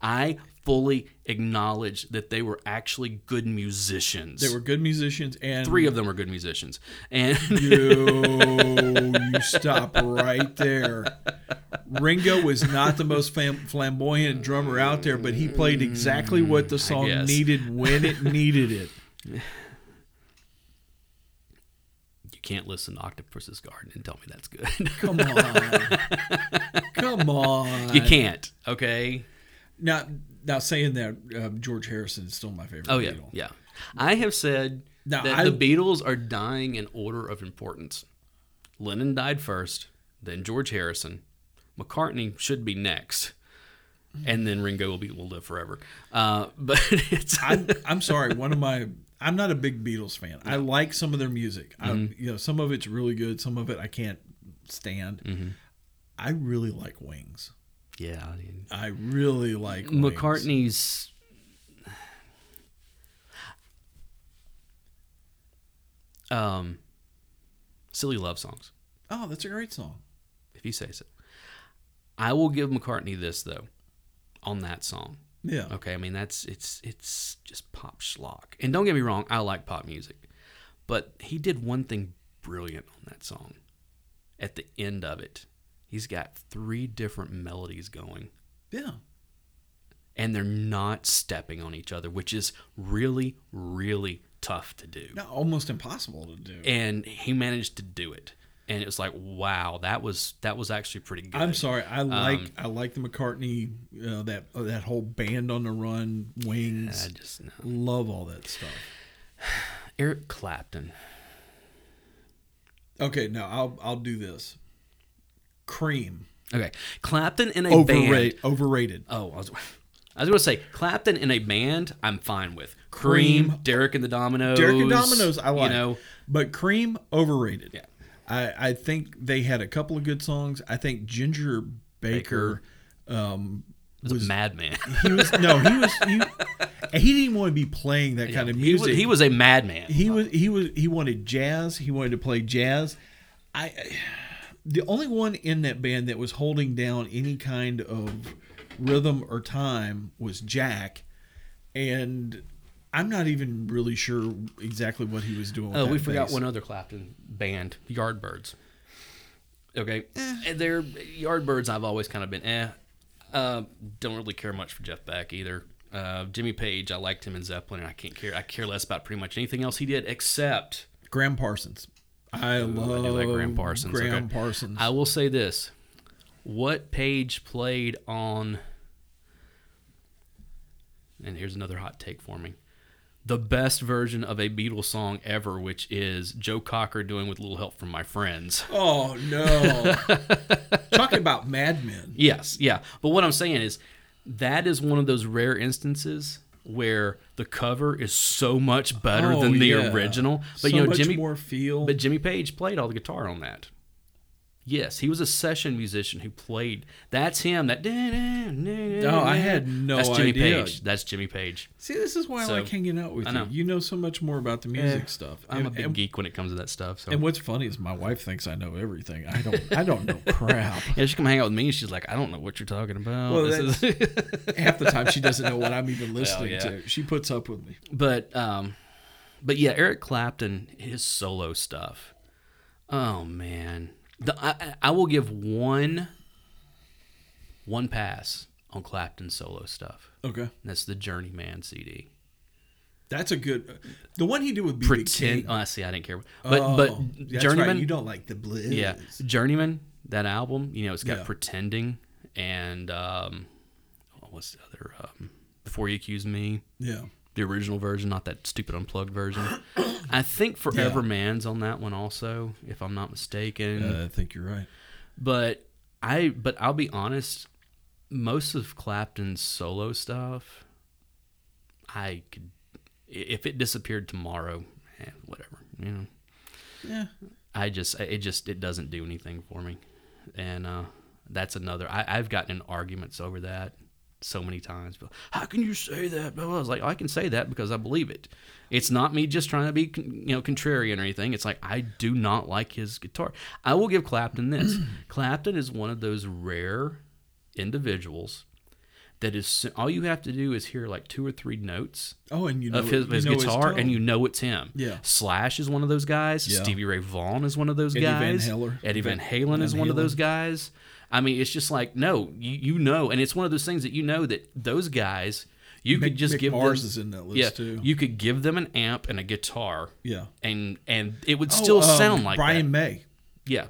I fully acknowledge that they were actually good musicians. they were good musicians, and three of them are good musicians, and you, you stop right there. Ringo was not the most flam- flamboyant drummer out there, but he played exactly what the song Mm, guess. needed when it needed it. you can't listen to Octopus's Garden and tell me that's good. Come on, come on. you can't. Okay. Now, now saying that uh, George Harrison is still my favorite. Oh yeah, Beatle. yeah. I have said Now, that I- the Beatles are dying in order of importance. Lennon died first, then George Harrison. McCartney should be next, and then Ringo will be will live forever. Uh, but it's I'm, I'm sorry. One of my I'm not a big Beatles fan. I like some of their music. I, Mm-hmm. you know, some of it's really good. Some of it I can't stand. Mm-hmm. I really like Wings. yeah. I mean, I really like Wings. McCartney's. Um, silly love songs. Oh, that's a great song. if he says it. I will give McCartney this though, on that song. Yeah. Okay, I mean that's it's it's just pop schlock. And don't get me wrong, I like pop music, but he did one thing brilliant on that song. At the end of it, he's got three different melodies going, Yeah. and they're not stepping on each other, which is really really tough to do. No, almost impossible to do. And he managed to do it, and it was like wow, that was that was actually pretty good. Um, I'm sorry. I like I like the McCartney uh, that uh, that whole band on the run I Wings. just no. Love all that stuff. Eric Clapton. Okay, now I'll I'll do this. Cream Okay, Clapton in a band. overrated. Overrated. Oh, I was, I was going to say Clapton in a band. I'm fine with Cream, Cream. Derek and the Dominoes. Derek and Domino's, I like. You know, but Cream overrated. Yeah. I, I think they had a couple of good songs. I think Ginger Baker, um, was, a madman. he was no, he was he, and he didn't want to be playing that kind of he, was, music. he was a madman. he was he was he wanted jazz. He wanted to play jazz. I I- the only one in that band that was holding down any kind of rhythm or time was Jack, and I'm not even really sure exactly what he was doing. With oh, that we forgot bass. one other Clapton band, Yardbirds. Okay, Eh. and they're Yardbirds. I've always kind of been eh. Uh, don't really care much for Jeff Beck either. Uh, Jimmy Page, I liked him in Zeppelin, and I can't care. I care less about pretty much anything else he did except Graham Parsons. I I love do like Graham Parsons. Graham Okay. Parsons. I will say this: what Page played on, and here's another hot take for me, the best version of a Beatles song ever, which is Joe Cocker doing with little help from my friends. oh no! Talk about madmen. Yes, yeah. But what I'm saying is, that is one of those rare instances where the cover is so much better Oh, than the yeah. original. But So you know, much Jimmy more feel. But Jimmy Page played all the guitar on that. Yes, he was a session musician who played. That's him. That. No, Oh, I had no That's Jimmy idea. Page. That's Jimmy Page. See, this is why So, I like hanging out with I know. you. You know so much more about the music stuff. I'm and, a big and, geek when it comes to that stuff. So. and what's funny is my wife thinks I know everything. I don't. I don't know crap. yeah, she come hang out with me, and she's like, "I don't know what you're talking about." Well, This is- Half the time she doesn't know what I'm even listening yeah. to. She puts up with me. but, um, but yeah, Eric Clapton, his solo stuff. Oh man, the, I, I- I will give one, one pass on Clapton's solo stuff. Okay, And That's the Journeyman CD. that's a good. The one he did with BB Pretend. King. Oh, I see. I didn't care. But Oh, but that's Journeyman. Right. You don't like the blues. yeah, Journeyman. That album. You know, it's got Yeah. pretending and um, what's the other? Um, Before you accuse me. Yeah. The original version, not that stupid unplugged version. I think Forever Man's on that one also, if I'm not mistaken. Uh, I think you're right. but I but I'll be honest, most of Clapton's solo stuff, I could if it disappeared tomorrow, eh, whatever you know. Yeah. I just it just it doesn't do anything for me, and uh, that's another. I, I've gotten in arguments over that so many times. But how can you say that? Blah, blah. I was like, I can say that because I believe it. It's not me just trying to be con- you know contrarian or anything. It's like I do not like his guitar. I will give Clapton this. Clapton is one of those rare individuals that is all you have to do is hear like two or three notes Oh, and you know of his, you his know his guitar, tone. and you know it's him. Yeah. Slash is one of those guys. Yeah. Stevie Ray Vaughan is one of those Eddie Van guys. Halen. Eddie Van Van- Halen is Van one of Halen. those guys. I mean, it's just like no, you, you know, and it's one of those things that you know that those guys you could Mick- just Mick give Mars them, is in that list yeah, too. you could give them an amp and a guitar, yeah. and and it would still Oh, um, sound like that. Brian May. Yeah,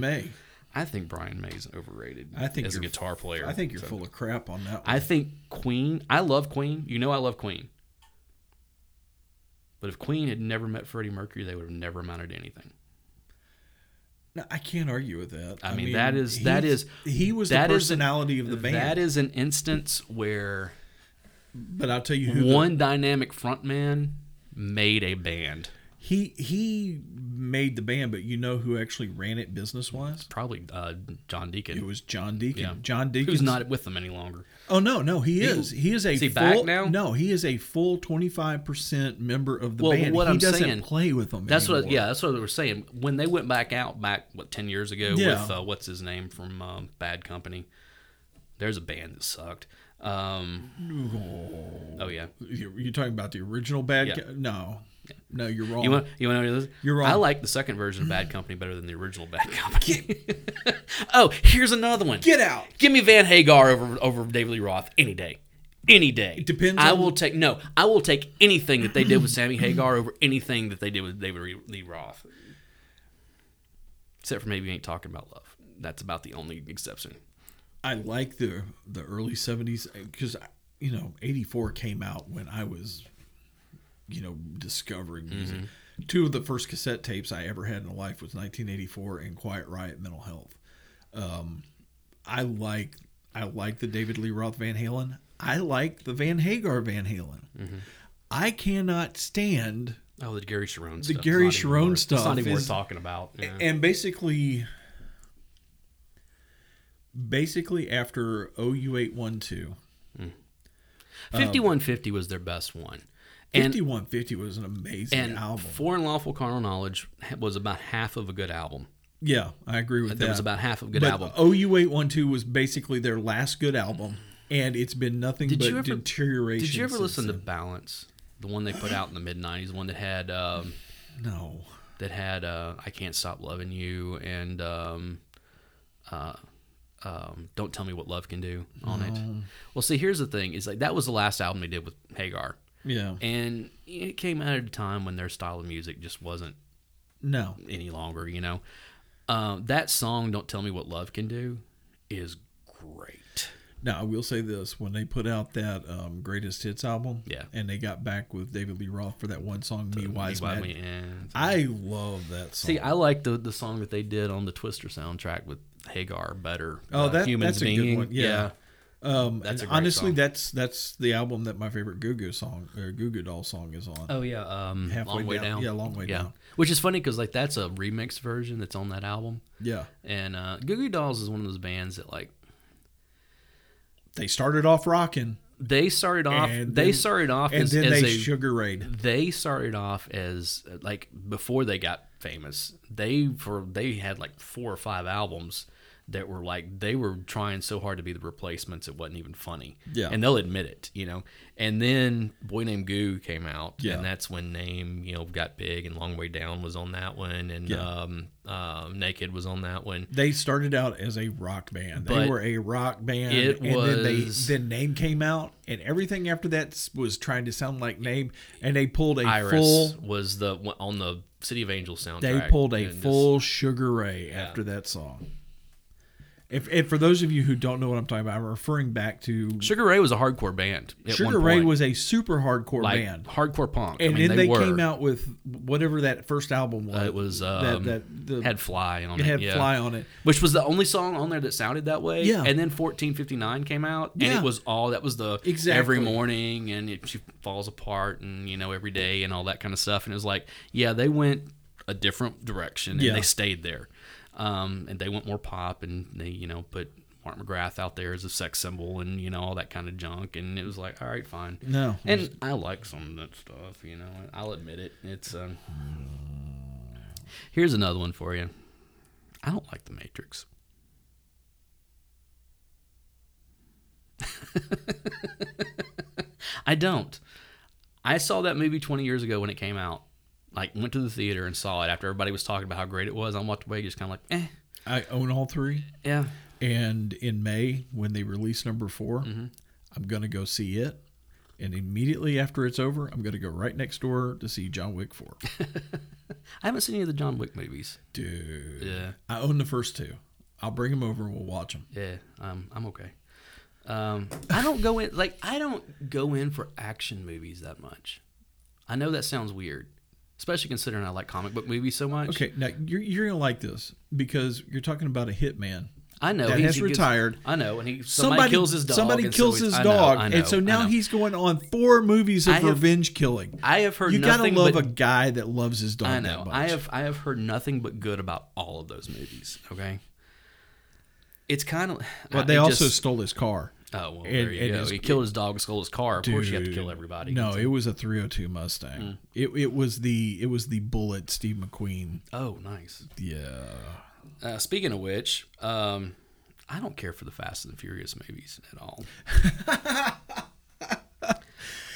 May. May. I think Brian May's overrated. I think as a you're- guitar player, I think you're So- full of crap on that. One. I think Queen. I love Queen. You know, I love Queen. But if Queen had never met Freddie Mercury, they would have never amounted to anything. No, I can't argue with that. I mean, that is- that he's- is- he was that the is- personality of the band. That is an instance where but I'll tell you who the- one dynamic frontman made a band. he he made the band, but you know who actually ran it business wise? Probably uh, John It Deacon, was John Deacon. Yeah. John Deacon. who's not with them any longer. Oh no, no, he is. He is a he full, back now? No, he is a full twenty five percent member of the Well, band. what he I'm doesn't saying- play with them. That's what, anymore. yeah, that's what they were saying. When they went back out back what ten years ago Yeah. with uh, what's his name from um, Bad Company, there's a band that sucked. Um, oh yeah, You're, you're talking about the original bad. Yeah. Guy? No, no, you're wrong. You want you want to know this? You're wrong. I like the second version of Bad Company better than the original Bad Company. oh, here's another one. Get out. Give me Van Hagar over over David Lee Roth any day. Any day. It depends I on- will take no. I will take anything that they did with Sammy Hagar over anything that they did with David Re- Lee Roth. Except for maybe you ain't talking about love. That's about the only exception. I like the the early seventies because you know eighty four came out when I was, you know, discovering music. Two of the first cassette tapes I ever had in life was nineteen eighty four and Quiet Riot Mental Health. Um, I like I like the David Lee Roth Van Halen. I like the Van Hagar Van Halen. I cannot stand Oh, the Gary Sharon The stuff. Gary It's not even Sharon worth- It's stuff not even worth is- talking about. Yeah. and basically basically after OU812 um, 5150 was their best one. And 5150 was an amazing and album. Foreign Lawful Carnal Knowledge ha- was about half of a good album. Yeah, I agree with that. That was about half of a good but album. OU812 was basically their last good album, and it's been nothing Did but you ever- deterioration. Did you ever since listen to then. Balance, the one they put out in the mid '90s, one that had um, No. that had uh, I Can't Stop Loving You and um, uh, um, Don't Tell Me What Love Can Do on it. Well, see, here's the thing: is like that was the last album they did with Hagar, Yeah. and it came out at a time when their style of music just wasn't No. any longer, you know. Um, that song, Don't Tell Me What Love Can Do, is great. Now I will say this: when they put out that um, greatest hits album, Yeah. and they got back with David Lee Roth for that one song, "Me Wise Why Man," we- eh, I love that song. See, I like the the song that they did on the Twister soundtrack with Hagar better. oh, uh, that, Humans that's a Being. good one. Yeah. Um, That's and a great honestly, song. that's that's the album that my favorite Goo Goo song or Goo Goo Doll song is on. Oh yeah, um, Halfway long way Down. down. Yeah, Long Way Down. Which is funny because like that's a remix version that's on that album, Yeah, and uh, Goo Goo Dolls is one of those bands that like they started off rocking, they started off. And they then- started off and as, then as they a Sugar Raid. they started off as like before they got famous they for they had like four or five albums that were like they were trying so hard to be the replacements it wasn't even funny Yeah. and they'll admit it you know and then boy named goo came out Yeah. and that's when name you know got big and long way down was on that one and Yeah. um, um naked was on that one They started out as a rock band. They But were a rock band. it and then they was- then Name came out, and everything after that s- was trying to sound like Name, and they pulled a iris full. was the on the city of angels soundtrack They pulled a and just- full Sugar Ray after that song. If, and for those of you who don't know what I'm talking about, I'm referring back to sugar ray was a hardcore band at Sugar one Ray point. was a super hardcore like band, hardcore punk. and I mean, then they, they, were. came out with whatever that first album was. Uh, it was um, that- the- had fly on it it, had yeah. Fly on it. which was the only song on there that sounded that way. Yeah. and then fourteen fifty nine came out, and Yeah. it was all that was the Exactly. every morning, and it, she falls apart, and you know every day, and all that kind of stuff. And it was like, yeah, they went a different direction, and Yeah. they stayed there, um, and they went more pop, and they you know put. Mark McGrath out there as a sex symbol and you know all that kind of junk and it was like all right fine No, and I like some of that stuff, you know. I'll admit it. It's um. Here's another one for you. I don't like the Matrix. I don't. I saw that movie 20 years ago when it came out. Like went to the theater and saw it after everybody was talking about how great it was. I walked away just kind of like, eh, I own all three. yeah. And in May, when they release number 4 Mm-hmm. I'm going to go see it. And immediately after it's over, I'm going to go right next door to see John Wick 4. I haven't seen any of the John Wick movies. Dude, Yeah, I own the first two. I'll bring them over and we'll watch them. Yeah, um, I'm okay. Um, I don't go in like I don't go in for action movies that much. I know that sounds weird, especially considering I like comic book movies so much. Okay, now you're, you're going to like this because you're talking about a hitman. I know That he- has he gets- retired. I know, and he somebody, kills his dog. Somebody and so kills he's- his I know, dog. I know, and so I now know. he's going on four movies of I have- revenge killing. I have heard you nothing gotta love but a guy that loves his dog I that know. much. I have I have heard nothing but good about all of those movies. Okay. It's kind of. but they also stole his car. oh well, and- there you and go. his- He killed his dog, stole his car. Of course, you have to kill Dude, everybody. Mm. No, it was a 302 Mustang. It, it was the it was the bullet Steve McQueen. Oh, nice. Yeah. Uh, speaking of which, um, I don't care for the Fast and the Furious movies at all.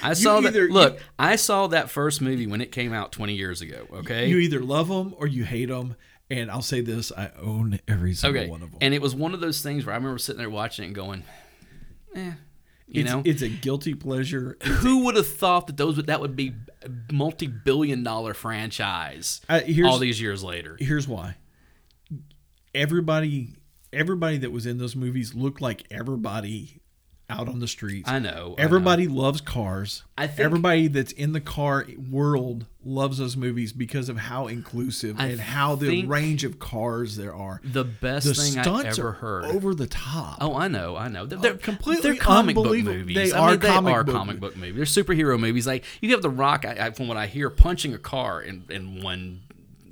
I saw either- that. Look, I saw that first movie when it came out 20 years ago. Okay. You either love them or you hate them. And I'll say this: I own every single okay. one of them. And it was one of those things where I remember sitting there watching it and going, eh. You it's, know, it's a guilty pleasure. who would have thought that those would, that would be a multi-billion-dollar franchise I, here's all these years later? here's why. Everybody, everybody that was in those movies looked like everybody out on the streets. I know. I know. Everybody loves cars. I think- Everybody that's in the car world loves those movies because of how inclusive I and how the think- range of cars there are. the best The thing I stunts ever are heard. over the top. Oh, I know, I know. They're, they're completely completely they're comic book unbelievable. movies. They I are mean, they comic are book comic book movies. They're superhero movies. Like you have The Rock, I, I, from what I hear, punching a car in, in one.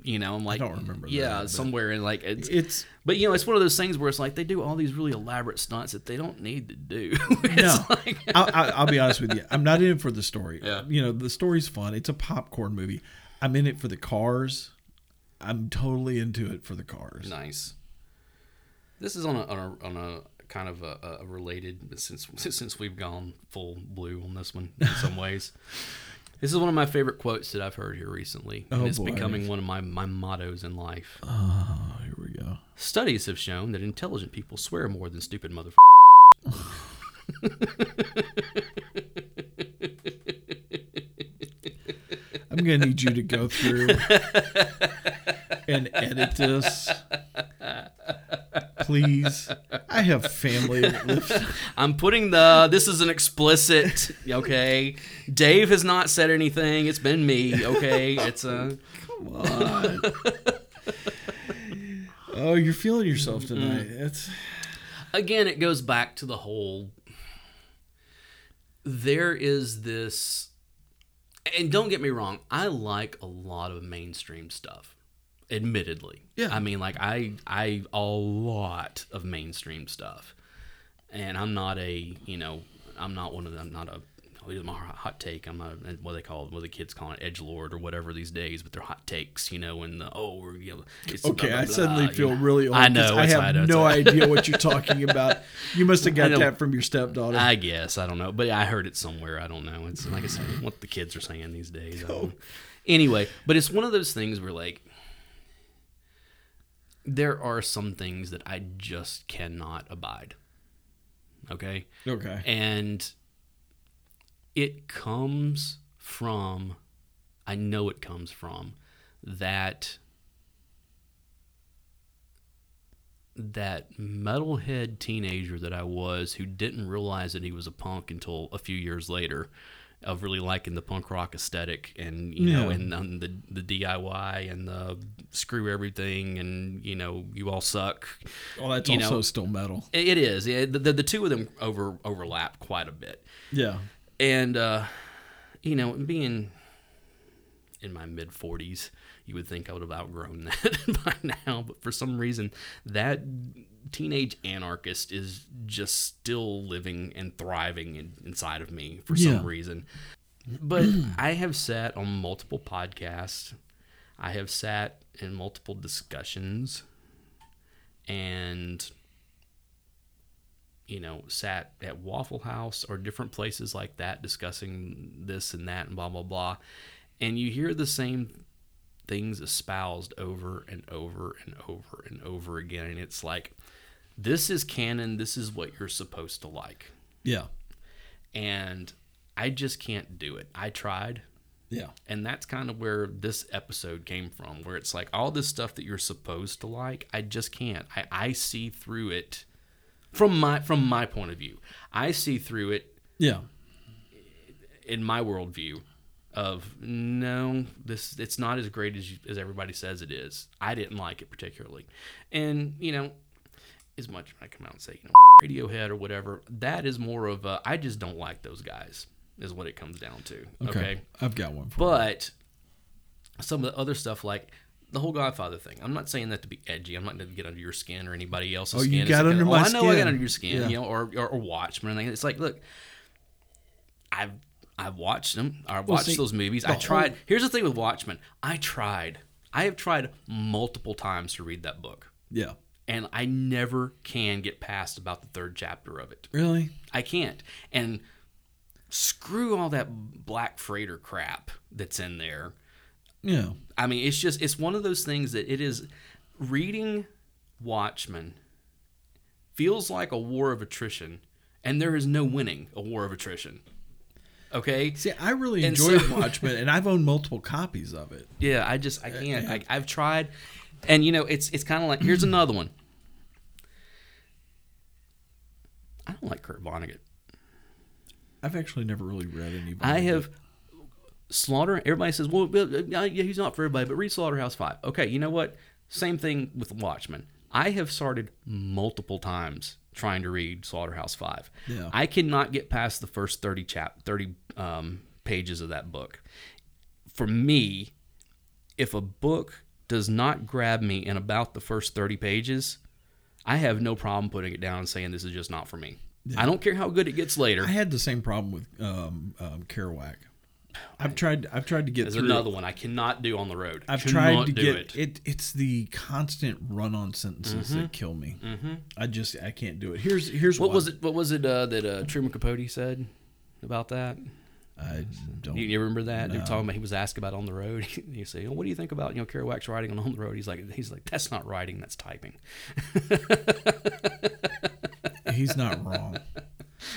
You know, I'm like, don't remember that, Yeah, but- somewhere in like it's, It's- But you know, it's one of those things where it's like they do all these really elaborate stunts that they don't need to do. It's no, like- I, I, I'll be honest with you. I'm not in it for the story. Yeah. You know, the story's fun. It's a popcorn movie. I'm in it for the cars. I'm totally into it for the cars. Nice. This is on a, on a, on a kind of a, a related but since since we've gone full blue on this one in some ways. This is one of my favorite quotes that I've heard here recently, and Oh, it's boy. becoming one of my, my mottos in life. Oh, here we go. Studies have shown that intelligent people swear more than stupid motherfuckers. I'm going to need you to go through and edit this. Please. I have family that lives. I'm putting the this is an explicit, okay. Dave has not said anything. It's been me, okay. It's a Oh, you're feeling yourself tonight. It's Mm-hmm. again, it goes back to the whole there is this and don't get me wrong i like a lot of mainstream stuff admittedly Yeah. i mean like i i a lot of mainstream stuff and i'm not a you know i'm not one of them i'm not a oh, here's my hot take i'm not a, what they call it what the kids call it edge lord or whatever these days but they're hot takes you know and the oh we're you know it's blah, Okay, blah, I blah, suddenly you feel know. really old. i 'cause know I it's- have know, it's- no idea what you're talking about. You must have got know. that from your stepdaughter. I guess I don't know, but I heard it somewhere. I don't know. It's like I said, what the kids are saying these days. I don't know. Anyway, but it's one of those things where like there are some things that I just cannot abide. Okay, okay. and it comes from, I know it comes from that that metalhead teenager that I was who didn't realize that he was a punk until a few years later of really liking the punk rock aesthetic and you know Yeah. and, um the the DIY and the screw everything and you know you all suck Well, Oh, that's you also know- still metal. it it is yeah, the, the, the two of them over overlap quite a bit Yeah. and uh, you know, being in my mid forties, you would think I would have outgrown that by now, but for some reason, that teenage anarchist is just still living and thriving in, inside of me for Yeah. some reason. But I have sat on multiple podcasts. I have sat in multiple discussions and you know, sat at Waffle House or different places like that discussing this and that and blah, blah, blah. And you hear the same things espoused over and over and over and over again. And it's like, this is canon. This is what you're supposed to like. Yeah. And I just can't do it. I tried. Yeah. And that's kind of where this episode came from, where it's like all this stuff that you're supposed to like, I just can't. I, I see through it from my from my point of view. I see through it Yeah. in my worldview of no, this it's not as great as you, as everybody says it is. I didn't like it particularly, and you know, as much as I come out and say you know Radiohead or whatever, that is more of a, I just don't like those guys is what it comes down to. Okay. okay? I've got one for But some of the other stuff, like the whole Godfather thing, I'm not saying that to be edgy. I'm not going to get under your skin or anybody else's Oh, skin. you It's got like, under oh, my I know I skin. got under your skin, Yeah. you know, or, or, or Watchmen. And it's like, look, I've I've watched them. I watched see, those movies. the I tried. Here's the thing with Watchmen. I tried. I have tried multiple times to read that book, Yeah. and I never can get past about the third chapter of it. Really? I can't. And screw all that black freighter crap that's in there. Yeah. I mean, it's just it's one of those things that it is reading Watchmen feels like a war of attrition, and there is no winning a war of attrition. Okay. See, I really And enjoyed so- Watchmen, and I've owned multiple copies of it. Yeah, I just I can't. I, I've tried, and you know, it's it's kind of like here's another one. I don't like Kurt Vonnegut. I've actually never really read any. I Vonnegut. have Slaughter. Everybody says, well, Bill- uh, yeah, he's not for everybody, but read Slaughterhouse Five. Okay, you know what? Same thing with Watchmen. I have started multiple times trying to read Slaughterhouse Five. Yeah. I cannot get past the first thirty chap, thirty um, pages of that book. For me, if a book does not grab me in about the first 30 pages, I have no problem putting it down and saying this is just not for me. I don't care how good it gets later. I had the same problem with um, um, Kerouac. I've tried. I've tried to get There's through. another one I cannot do on the road. I've Cannot tried to do get it. Mm-hmm. It's the constant run-on sentences that kill me. I just I can't do it. Here's here's What was it? What was it uh, that uh, Truman Capote said about that? I don't. You, you remember that? They were talking about he was asked about on the road. He said, "What do you think about you know Kerouac's writing on on the road?" He's like, "He's like that's not writing, that's typing." he's not wrong.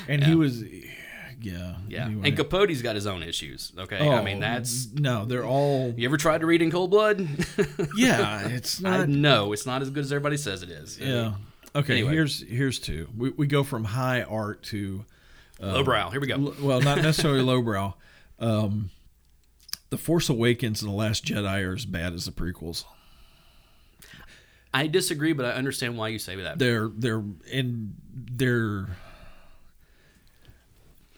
And he was, yeah, Yeah, anyway. and Capote's got his own issues. Okay, I mean Oh, that's. no. They're all. You ever tried to read in cold blood? Yeah, it's I not. know it's not as good as everybody says it is. yeah. Okay. Anyway. Here's here's two. We we go from high art to lowbrow. Here we go. l- well, not necessarily lowbrow. Um, the Force Awakens and the Last Jedi are as bad as the prequels. I disagree, but I understand why you say that. They're they're and they're.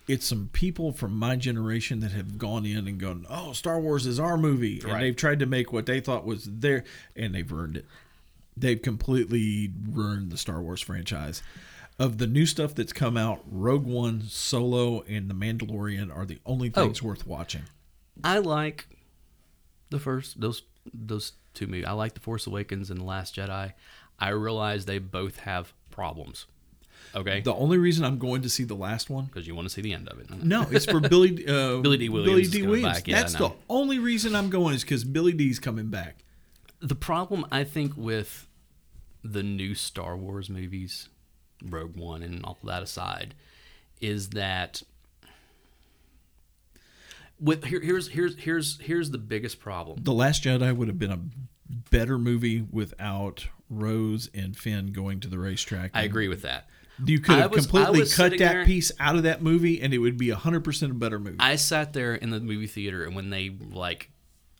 it's some people from my generation that have gone in and gone, "Oh, Star Wars is our movie," and Right. they've tried to make what they thought was their, and they've ruined it. They've completely ruined the Star Wars franchise. Of the new stuff that's come out, Rogue One, Solo, and The Mandalorian are the only Oh. things worth watching. I like the first those those two movies. I like the Force Awakens and the Last Jedi. I realize they both have problems. Okay, The only reason I'm going to see the last one because you want to see the end of it. No, it's for Billy uh, Billy D. Williams is coming back, yeah, That's I know. the only reason I'm going is because Billy D's coming back. The problem I think with the new Star Wars movies, Rogue One and all that aside, is that with here, here's here's here's here's the biggest problem. The Last Jedi would have been a better movie without Rose and Finn going to the racetrack. I agree with that. You could I have was- I completely was cut that sitting there- piece out of that movie, and it would be hundred percent a better movie. I sat there in the movie theater, and when they like,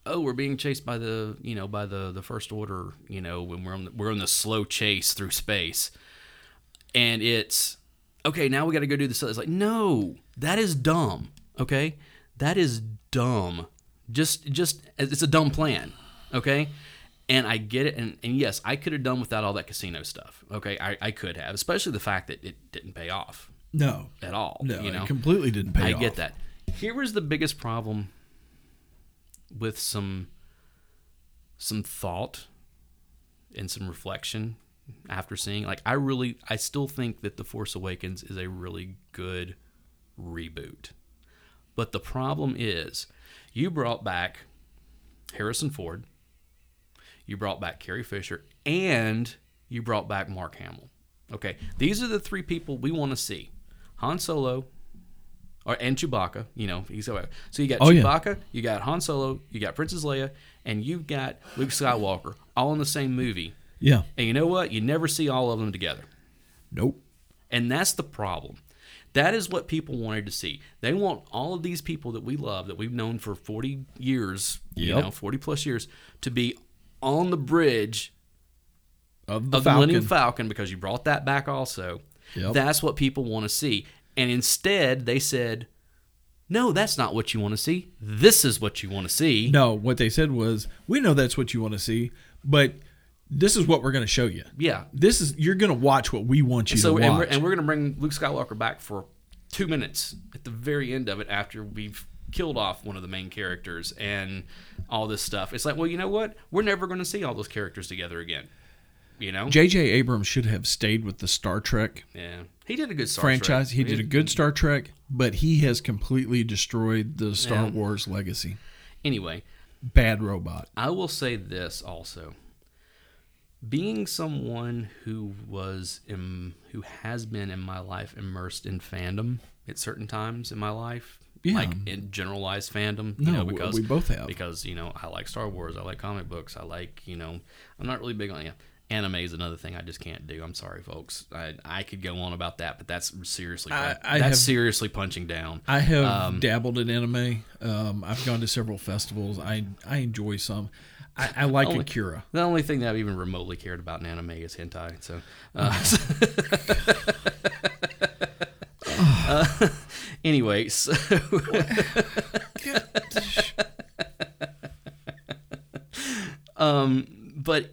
oh, we're being chased by the you know by the the first order, you know, when we're on the, we're on the slow chase through space, and it's okay. Now we got to go do this. It's like no, that is dumb. Okay, that is dumb. Just just it's a dumb plan. Okay. And I get it, and, and yes, I could have done without all that casino stuff. Okay, I, I could have, especially the fact that it didn't pay off no, at all. no, you know? it completely didn't pay I off. get that. Here was the biggest problem with some some thought and some reflection after seeing like I really I still think that The Force Awakens is a really good reboot. But the problem is you brought back Harrison Ford, you brought back Carrie Fisher, and you brought back Mark Hamill. Okay, these are the three people we want to see: Han Solo, or and Chewbacca. You know, he's so you got Oh, yeah. Chewbacca, you got Han Solo, you got Princess Leia, and you've got Luke Skywalker, all in the same movie. Yeah, And you know what? You never see all of them together. nope. And that's the problem. That is what people wanted to see. They want all of these people that we love, that we've known for 40 years, you Yep. know, 40 plus years, to be on the bridge Of the of the Falcon, Millennium Falcon because you brought that back also. Yep. That's what people want to see. And instead, they said, no, that's not what you want to see. This is what you want to see. no, what they said was, we know that's what you want to see, but this is what we're going to show you. Yeah. This is you're going to watch what we want you so to watch. and we're, and we're gonna bring Luke Skywalker back for two minutes at the very end of it after we've killed off one of the main characters and all this stuff. It's like, well, you know what? We're never gonna see all those characters together again. You know? J.J. Abrams should have stayed with the Star Trek yeah. He did a good Star Trek. franchise. He did a good Star Trek, but he has completely destroyed the Star Wars legacy. Anyway, Bad robot. I will say this also. Being someone who was Im- who has been in my life immersed in fandom at certain times in my life, Yeah. like in generalized fandom, you No, know, w- because we both have. because you know I like Star Wars, I like comic books, I like you know I'm not really big on yeah. Anime is another thing I just can't do. I'm sorry, folks. I, I could go on about that, but that's seriously I- I that's have- seriously punching down. I have Um, dabbled in anime. Um, I've gone to several festivals. I I enjoy some. I, I like Oh, Akira. The only thing that I've even remotely cared about in anime is hentai. So, uh, Uh, anyway, so um, but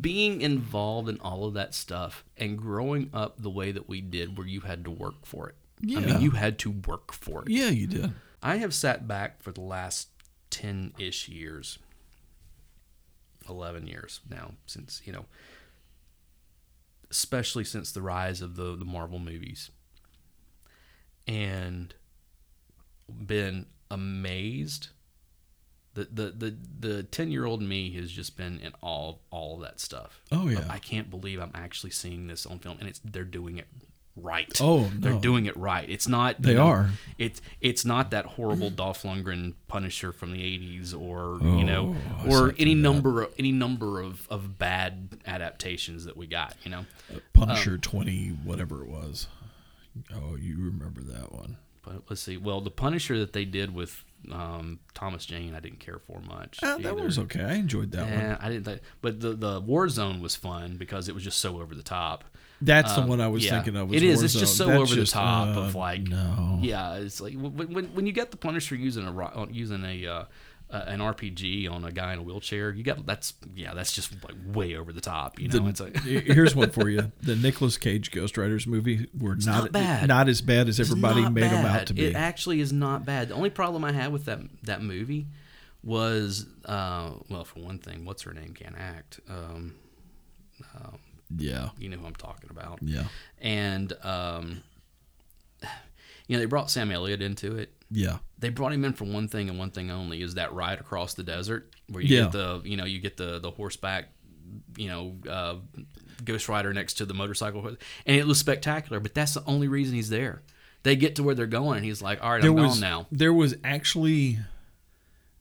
being involved in all of that stuff and growing up the way that we did, where you had to work for it. I Yeah. mean, you had to work for it. Yeah, you did. I have sat back for the last 10 ish years, 11 years now, since, you know, especially since the rise of the, the Marvel movies, and been amazed. The, the, the, the 10 year old me has just been in awe of all of that stuff. Oh, yeah. I can't believe I'm actually seeing this on film and it's they're doing it right. Oh, no. They're doing it right. It's not They you know, are. It's it's not that horrible Dolph Lundgren Punisher from the '80s, or you know, Oh, or any number of any number of, of bad adaptations that we got. You know, Punisher twenty, whatever it was. Oh, you remember that one? but let's see. Well, the Punisher that they did with Um, Thomas Jane, I didn't care for much. Uh, that either. was okay. I enjoyed that one. Yeah, I didn't. Think, but the the Warzone was fun because it was just so over the top. That's the Um, one I was yeah. thinking of. was It is. It's just Warzone. so That's over the just, top uh, of, like, No. Yeah, it's like when when, when you got the Punisher using a ro- uh, using a uh, uh, an RPG on a guy in a wheelchair. You got that's yeah, that's just like way over the top. You know, it's like Here's one for you: the Nicolas Cage Ghost Riders movie were not not bad. not as bad as everybody not made them out bad. to be. It actually is not bad. The only problem I had with that that movie was uh, well, for one thing, what's her name can't act. Um, yeah, you know who I'm talking about. yeah, And um, you know they brought Sam Elliott into it. yeah. they brought him in for one thing and one thing only is that ride across the desert where you Yeah. get the you know you get the the horseback you know uh, ghost rider next to the motorcycle horse. and it was spectacular but that's the only reason he's there they get to where they're going and he's like all right There i'm gone was now there was actually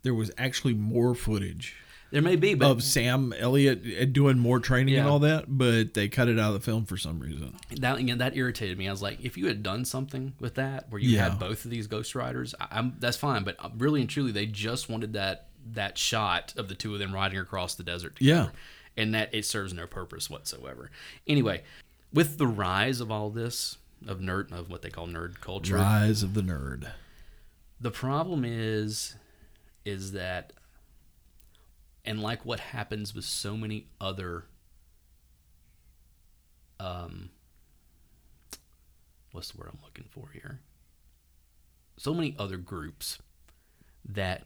there was actually more footage there may be but of Sam Elliott uh, doing more training and Yeah. all that, but they cut it out of the film for some reason. that again that irritated me i was like if you had done something with that where you Yeah. had both of these ghost riders I, i'm that's fine but really and truly they just wanted that that shot of the two of them riding across the desert together. Yeah. and that it serves no purpose whatsoever. Anyway, with the rise of all this of nerd of what they call nerd culture, Rise of the Nerd. the problem is is that and like what happens with so many other um what's the word I'm looking for here? So many other groups that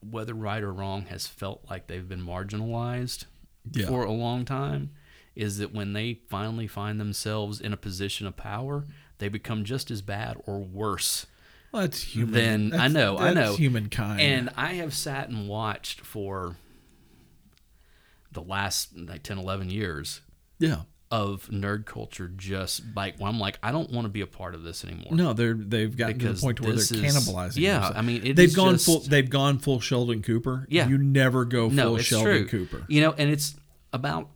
whether right or wrong has felt like they've been marginalized Yeah. for a long time is that when they finally find themselves in a position of power, they become just as bad or worse Well, that's human. Then- I that's- know, I that's know. Humankind. and I have sat and watched for the last like 10, 11 years yeah. of nerd culture just like, well, I'm like, I don't want to be a part of this anymore. No, they're they've gotten to Because the point to where they're this is- cannibalizing. yeah, themselves. I mean, it they've is gone just- full. They've gone full Sheldon Cooper. Yeah. you never go full no, it's Sheldon true. Cooper. You know, and it's about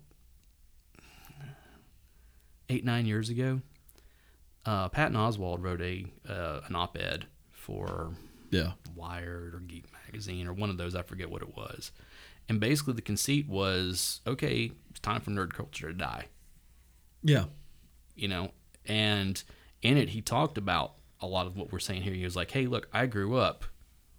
eight, nine years ago. Uh, Patton Oswald wrote a uh, an op-ed for Yeah, Wired or Geek Magazine or one of those, I forget what it was. And basically, the conceit was okay, it's time for nerd culture to die, yeah, you know? And in it, he talked about a lot of what we're saying here. He was like, hey, look, I grew up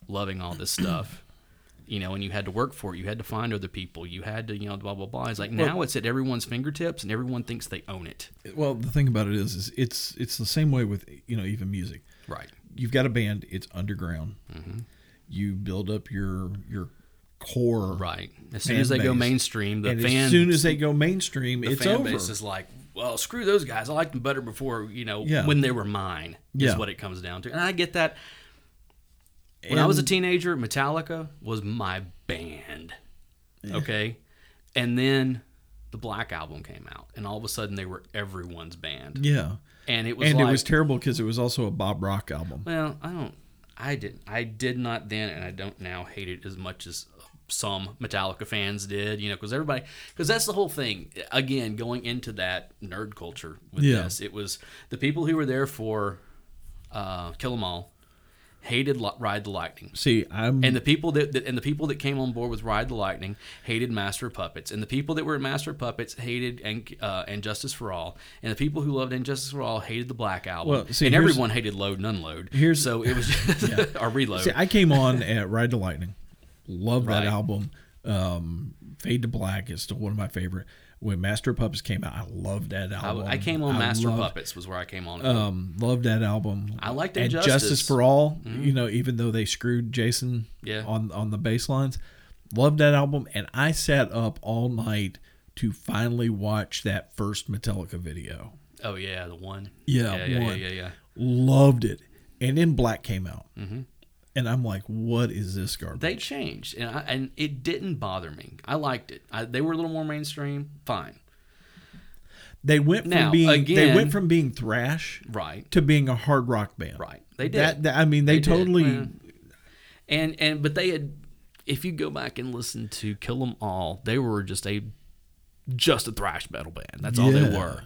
loving all this stuff, you know, and you had to work for it. You had to find other people. You had to, you know, blah, blah, blah. He's like, now it's at everyone's fingertips and everyone thinks they own it. Well, the thing about it is, is it's it's the same way with you know even music. Right. You've got a band. It's underground. Mm-hmm. You build up your your core. Right. As soon Fan as they go base. mainstream, the and fans. as soon as they go mainstream, the it's fan over. base is like, well, screw those guys. I liked them better before, you know, Yeah. when they were mine. Is Yeah. what it comes down to, and I get that. When I was a teenager, Metallica was my band. Okay, and then the Black Album came out, and all of a sudden they were everyone's band, yeah, and it was and like, it was terrible because it was also a Bob Rock album. well, I don't, I didn't, I did not then, and I don't now hate it as much as some Metallica fans did, you know, because everybody, because that's the whole thing. Again, going into that nerd culture with Yeah. this, it was the people who were there for uh, Kill 'Em All hated Li- Ride the Lightning. See, I'm And the people that, that and the people that came on board with Ride the Lightning hated Master of Puppets, and the people that were in Master of Puppets hated and uh, and Justice for All, and the people who loved Injustice for All hated the Black Album, Well, see, and here's- everyone hated Load and Unload. Here's- so it was or Reload. See, I came on at Ride to Lightning. Love Right. that album. Um, Fade to Black is still one of my favorite. When Master of Puppets came out, I loved that I, album. I came on Master of loved, Puppets was where I came on. Um, loved that album. I liked and Injustice. for All. You know, even though they screwed Jason Yeah. on on the bass lines, loved that album. And I sat up all night to finally watch that first Metallica video. oh yeah, the one. Yeah, yeah, yeah, one. yeah, yeah, yeah. Loved it. And then Black came out, and I'm like, "What is this garbage?" Mm-hmm. They changed, and I, and it didn't bother me. I liked it. I, they were a little more mainstream. Fine, They went from Now, being they again- went from being thrash right, to being a hard rock band. right. They did. That, that- I mean, they, They did, totally. yeah. and and but they had if you go back and listen to kill 'em all they were just a just a thrash metal band that's all they Yeah. were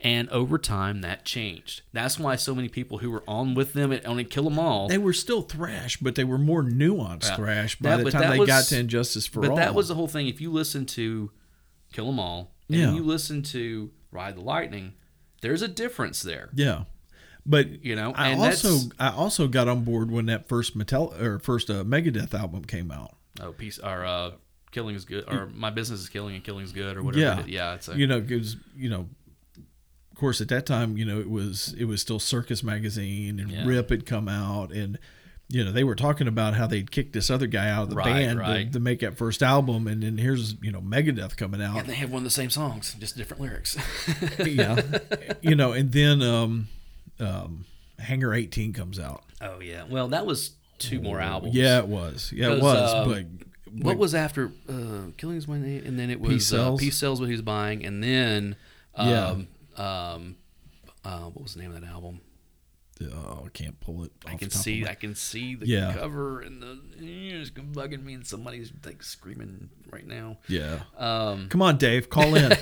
And over time, that changed. That's why so many people who were on with them at only Kill 'Em All. They were still thrash, but they were more nuanced Yeah. thrash That- by the but time that they got was- to Injustice for but All. that was the whole thing. If you listen to Kill 'Em All and Yeah. you listen to Ride the Lightning, there's a difference there. yeah. But You know, I and also that's- I also got on board when that first Metal or first uh, Megadeth album came out. Oh, peace. Or uh, killing is good. Or my business is killing and killing is good. Or whatever. Yeah. it- yeah. It's a, You know, it was you know, of course at that time you know it was it was still Circus magazine and Yeah. Rip had come out and you know they were talking about how they'd kicked this other guy out of the Right, band right. to, to make that first album and then here's you know Megadeth coming out and they have one of the same songs, just different lyrics. yeah you know and then um um hanger 18 comes out oh yeah. Well, that was two more albums. yeah it was yeah it 'Cause, was um, but What was after uh, Killing is my name, and then it was Peace Sells. Uh, Peace sells what he was buying, and then Yeah. um, um, uh, what was the name of that album? oh i can't pull it off I can the top of see, my- I can see the Yeah. cover and the it's bugging me, and somebody's like screaming right now. yeah Um, come on dave call in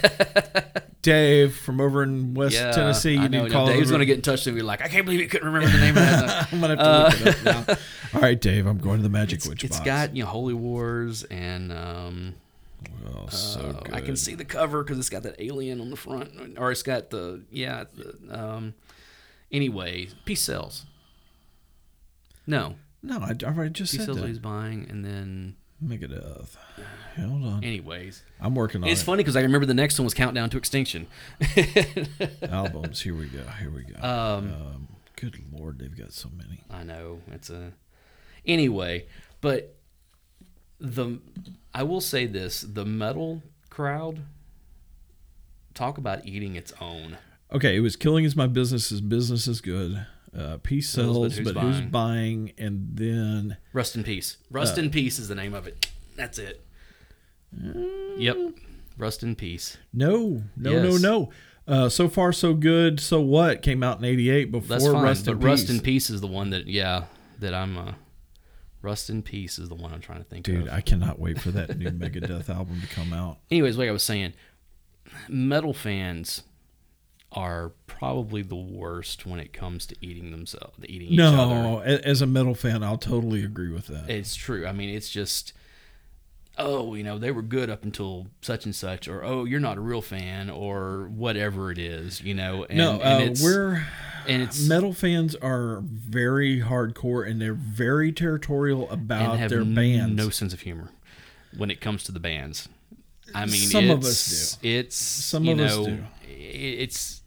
dave from over in west yeah, tennessee you I need know, to call Dave's over. going to get in touch and be like, I can't believe you couldn't remember the name of that. i'm gonna have to look it up now all right dave i'm going to the magic Uh, It's witch box got you know Holy Wars and um, oh so uh, good I can see the cover because it's got that alien on the front, or it's got the yeah. The, um, anyway, peace sells. No, no i, I already just peace said sells what he's that buying, and then megadeth hold on anyways, i'm working on it's it. funny because I remember the next one was Countdown to Extinction. albums here we go here we go Um, um good lord they've got so many I know it's a anyway, but the I will say this: the metal crowd talk about eating its own. Okay, it was killing is my business. Is business is good. Uh, peace Sells, but sells, who's but, who's buying? And then Rust in Peace. Rust in Peace is the name of it. That's it. Yep. Rust in Peace. no, no, Yes. no, no. Uh, so far so good. So what came out in '88 before That's fine. Rust but in Rust Peace. in Peace is the one that yeah that I'm. Uh, Rust in Peace is the one I'm trying to think Dude, of. I cannot wait for that new Megadeth album to come out. Anyways, like I was saying, metal fans are probably the worst when it comes to eating themselves, eating each other. No, a- as a metal fan, I'll totally agree with that. It's true. I mean, it's just, oh, you know, they were good up until such and such, or oh, you're not a real fan, or whatever it is, you know. And, no, and uh, it's, we're and it's metal fans are very hardcore and they're very territorial about and have their bands. no sense of humor when it comes to the bands. I mean, Some of it's- us It's Some you of know, us do. i- It's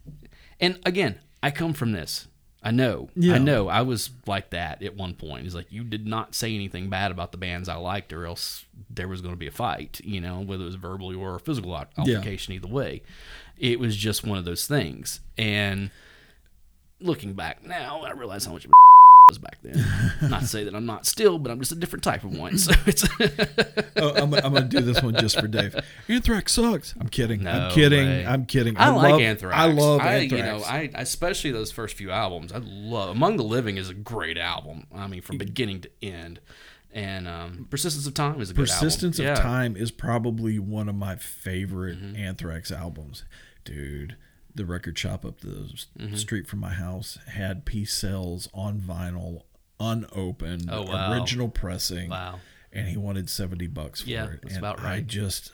and again, I come from this. I know. Yeah. I know. I was like that at one point. It's like you did not say anything bad about the bands I liked, or else there was going to be a fight. You know, whether it was verbally or a physical al- Yeah. altercation. Either way, it was just one of those things. And looking back now, I realize how much of a was back then. not to say that I'm not still, but I'm just a different type of one. So it's oh, I'm, I'm gonna do this one just for Dave. Anthrax sucks. I'm kidding. No I'm kidding. way. I'm kidding. I, like love, Anthrax. I love You Anthrax. know, I especially those first few albums. I love Among the Living is a great album. I mean, from beginning to end. And um, Persistence of Time is a good album. Persistence of Yeah. Mm-hmm. Time is probably one of my favorite Anthrax albums, dude. The record shop up the s- Mm-hmm. street from my house had Peace Cells on vinyl, unopened, Oh, wow. original pressing, Wow. and he wanted seventy bucks for Yeah, it. that's and about I right. just,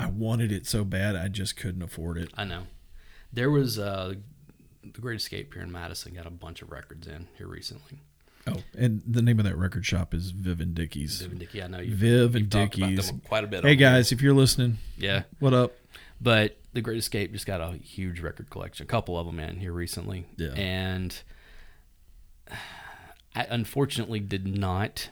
I wanted it so bad, I just couldn't afford it. I know. There was uh, the Great Escape here in Madison got a bunch of records in here recently. Oh, and the name of that record shop is Viv and Dickies. Viv and Dickey, I know you. Viv and you've talked about Dickies. them quite a bit. Hey on- guys, if you're listening, Yeah. what up? But The Great Escape just got a huge record collection, a couple of them in here recently. Yeah. And I unfortunately did not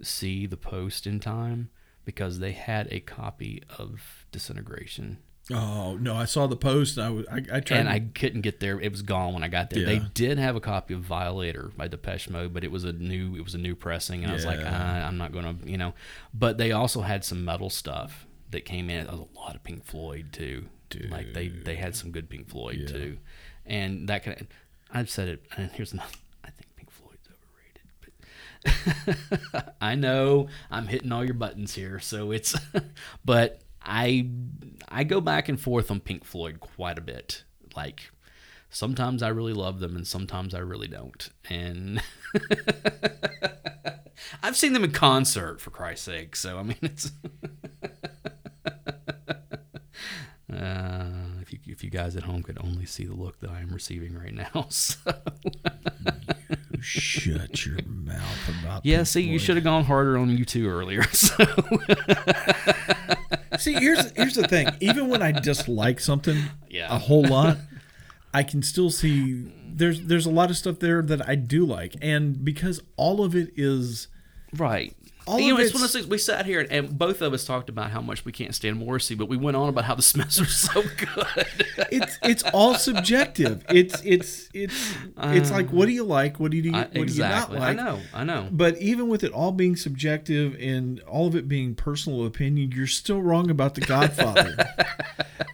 see the post in time because they had a copy of Disintegration. Oh no, I saw the post. And I was I, I tried. And I couldn't get there. It was gone when I got there. They Yeah. did have a copy of Violator by Depeche Mode, but it was a new it was a new pressing, and I was like, uh, Yeah. I'm not gonna, you know. But they also had some metal stuff that came in. There was a lot of Pink Floyd too. Like they they had some good Pink Floyd Yeah. too, and that kind of. I've said it, and here's another. I think Pink Floyd's overrated, but I know I'm hitting all your buttons here, so it's. but I I go back and forth on Pink Floyd quite a bit. Like sometimes I really love them and sometimes I really don't. And I've seen them in concert for Christ's sake. So I mean, it's uh, if you if you guys at home could only see the look that I am receiving right now. So. Shut your mouth about Yeah, Pink see, you Floyd. should have gone harder on you two earlier. So. See, here's here's the thing. Even when I dislike something Yeah. a whole lot, I can still see there's there's a lot of stuff there that I do like, and because all of it is Right. All you of know, it's it's- one of those things. We sat here and, and both of us talked about how much we can't stand Morrissey, but we went on about how the Smiths are so good. it's it's all subjective. It's it's it's it's like what do you like? What do you I- what exactly. do you not like? I know. I know. But even with it all being subjective and all of it being personal opinion, you're still wrong about The Godfather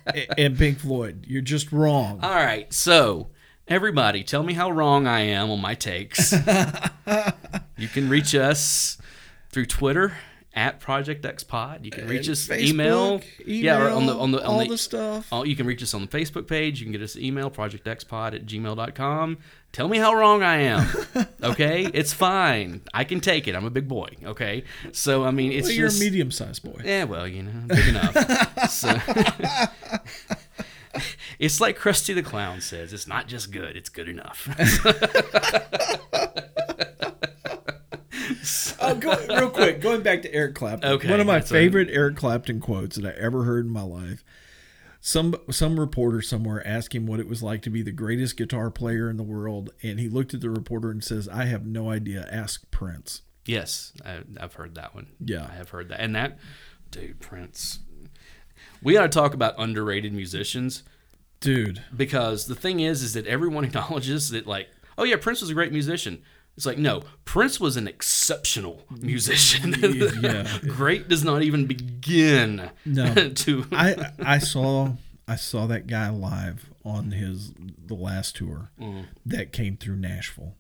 a- and Pink Floyd. You're just wrong. All right. So, everybody, tell me how wrong I am on my takes. you can reach us through Twitter at Project X Pod. You can reach us email, email, yeah, or on the on the on all the, the stuff. Oh, you can reach us on the Facebook page. You can get us an email, projectxpod at gmail.com. Tell me how wrong I am. Okay? it's fine. I can take it. I'm a big boy. Okay? So, I mean, it's Well, you're a just. medium sized boy. yeah, well, you know, big enough. so, it's like Krusty the Clown says it's not just good, it's good enough. Oh, go, real quick, going back to Eric Clapton. Okay, One of my that's all right. favorite Eric Clapton quotes that I ever heard in my life. Some some reporter somewhere asked him what it was like to be the greatest guitar player in the world, and he looked at the reporter and says, "I have no idea. Ask Prince." Yes, I, I've heard that one. Yeah. I have heard that. And that, dude, Prince. We got to talk about underrated musicians Dude, because the thing is, is that everyone acknowledges that, like, oh yeah, Prince was a great musician. It's like no, Prince was an exceptional musician. Mm. Yeah. great does not even begin No. to. I I saw I saw that guy live on his the last tour that came through Nashville,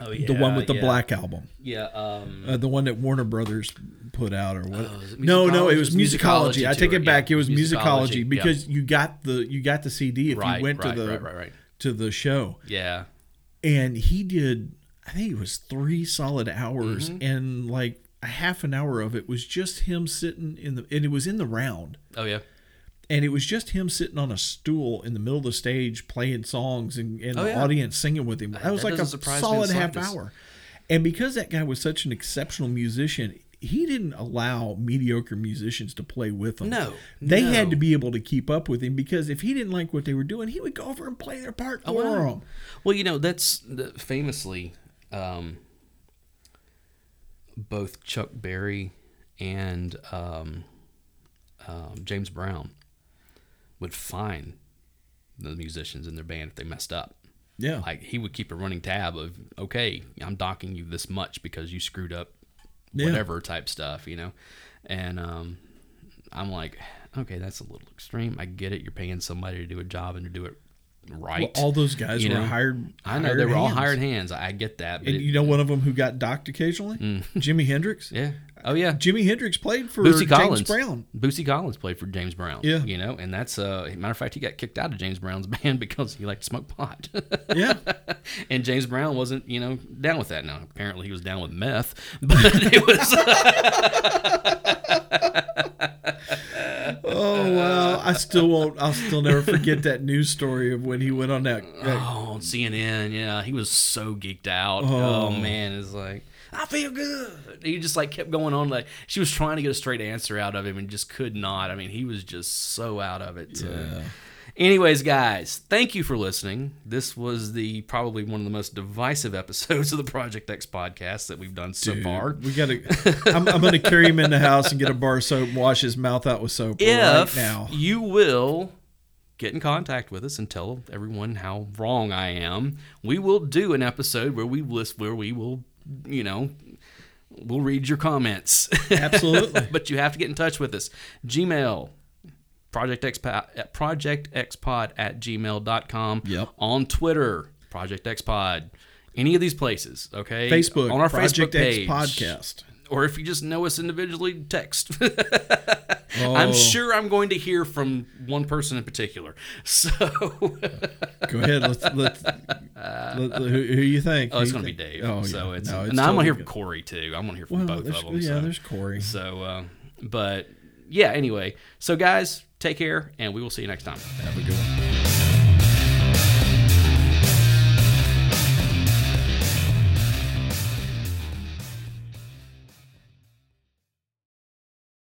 Oh Mm. yeah, the one with the yeah. Black Album. Yeah, um, uh, the one that Warner Brothers put out or what? Oh, is it no, no, Musicology? it was It's musicology. Musicology I take tour, it back. yeah. It was Musicology, musicology yeah. because you got the you got the CD if right, you went right, to the right, right, right. to the show, Yeah, and he did. I think it was three solid hours, Mm-hmm. and like a half an hour of it was just him sitting in the and it was in the round, oh yeah, and it was just him sitting on a stool in the middle of the stage playing songs and, and Oh, the yeah. audience singing with him. That was that like a doesn't surprise me in solid the half slightest. hour. And because that guy was such an exceptional musician, he didn't allow mediocre musicians to play with him. No, They no. had to be able to keep up with him because if he didn't like what they were doing, he would go over and play their part for Well, them. Well, you know, that's the, famously um, both Chuck Berry and um, um, James Brown would fine the musicians in their band if they messed up. Yeah. Like he would keep a running tab of, okay, I'm docking you this much because you screwed up Yeah. whatever type stuff, you know? And um, I'm like, okay, that's a little extreme. I get it. You're paying somebody to do a job and to do it Well, right. all those guys You were know, hired. I know they were all hands. hired hands. I get that, but And it- you know one of them who got docked occasionally? Jimi Hendrix. yeah, oh yeah, Jimi Hendrix played for Bootsy James Collins. Brown. Bootsy Collins played for James Brown. Yeah. you know, and that's uh, a matter of fact, he got kicked out of James Brown's band because he liked to smoke pot, Yeah. and James Brown wasn't, you know, down with that. Now apparently he was down with meth, but it was Uh, Oh wow! I still won't. I'll still never forget that news story of when he went on that. that oh, on CNN. Yeah, he was so geeked out. Oh. Oh, man, it's like. I feel good. He just like kept going on like she was trying to get a straight answer out of him and just could not. I mean, he was just so out of it. So. Anyways, guys, thank you for listening. This was the probably one of the most divisive episodes of the Project X podcast that we've done so far. we gotta. I'm, I'm gonna carry him in the house and get a bar of soap and wash his mouth out with soap if right now. you will get in contact with us and tell everyone how wrong I am, we will do an episode where we list where we will, you know, we'll read your comments. Absolutely. but you have to get in touch with us. Gmail projectxpod at projectxpod at gmail.com Yep. on Twitter projectxpod any of these places okay Facebook on our Project Facebook page X podcast. or if you just know us individually, text. I'm Oh. sure I'm going to hear from one person in particular. So Oh, Go ahead. Let's, let's, let- who, who you think? oh, Who it's you going to be think? Dave. Oh, so yeah. it's, no, no, I'm it's going to totally hear from good. Corey too. I'm going to hear Well, from both there's- of them. Yeah, so. there's Corey. So, uh, but yeah, anyway. So, guys, take care, and we will see you next time. Have a good one.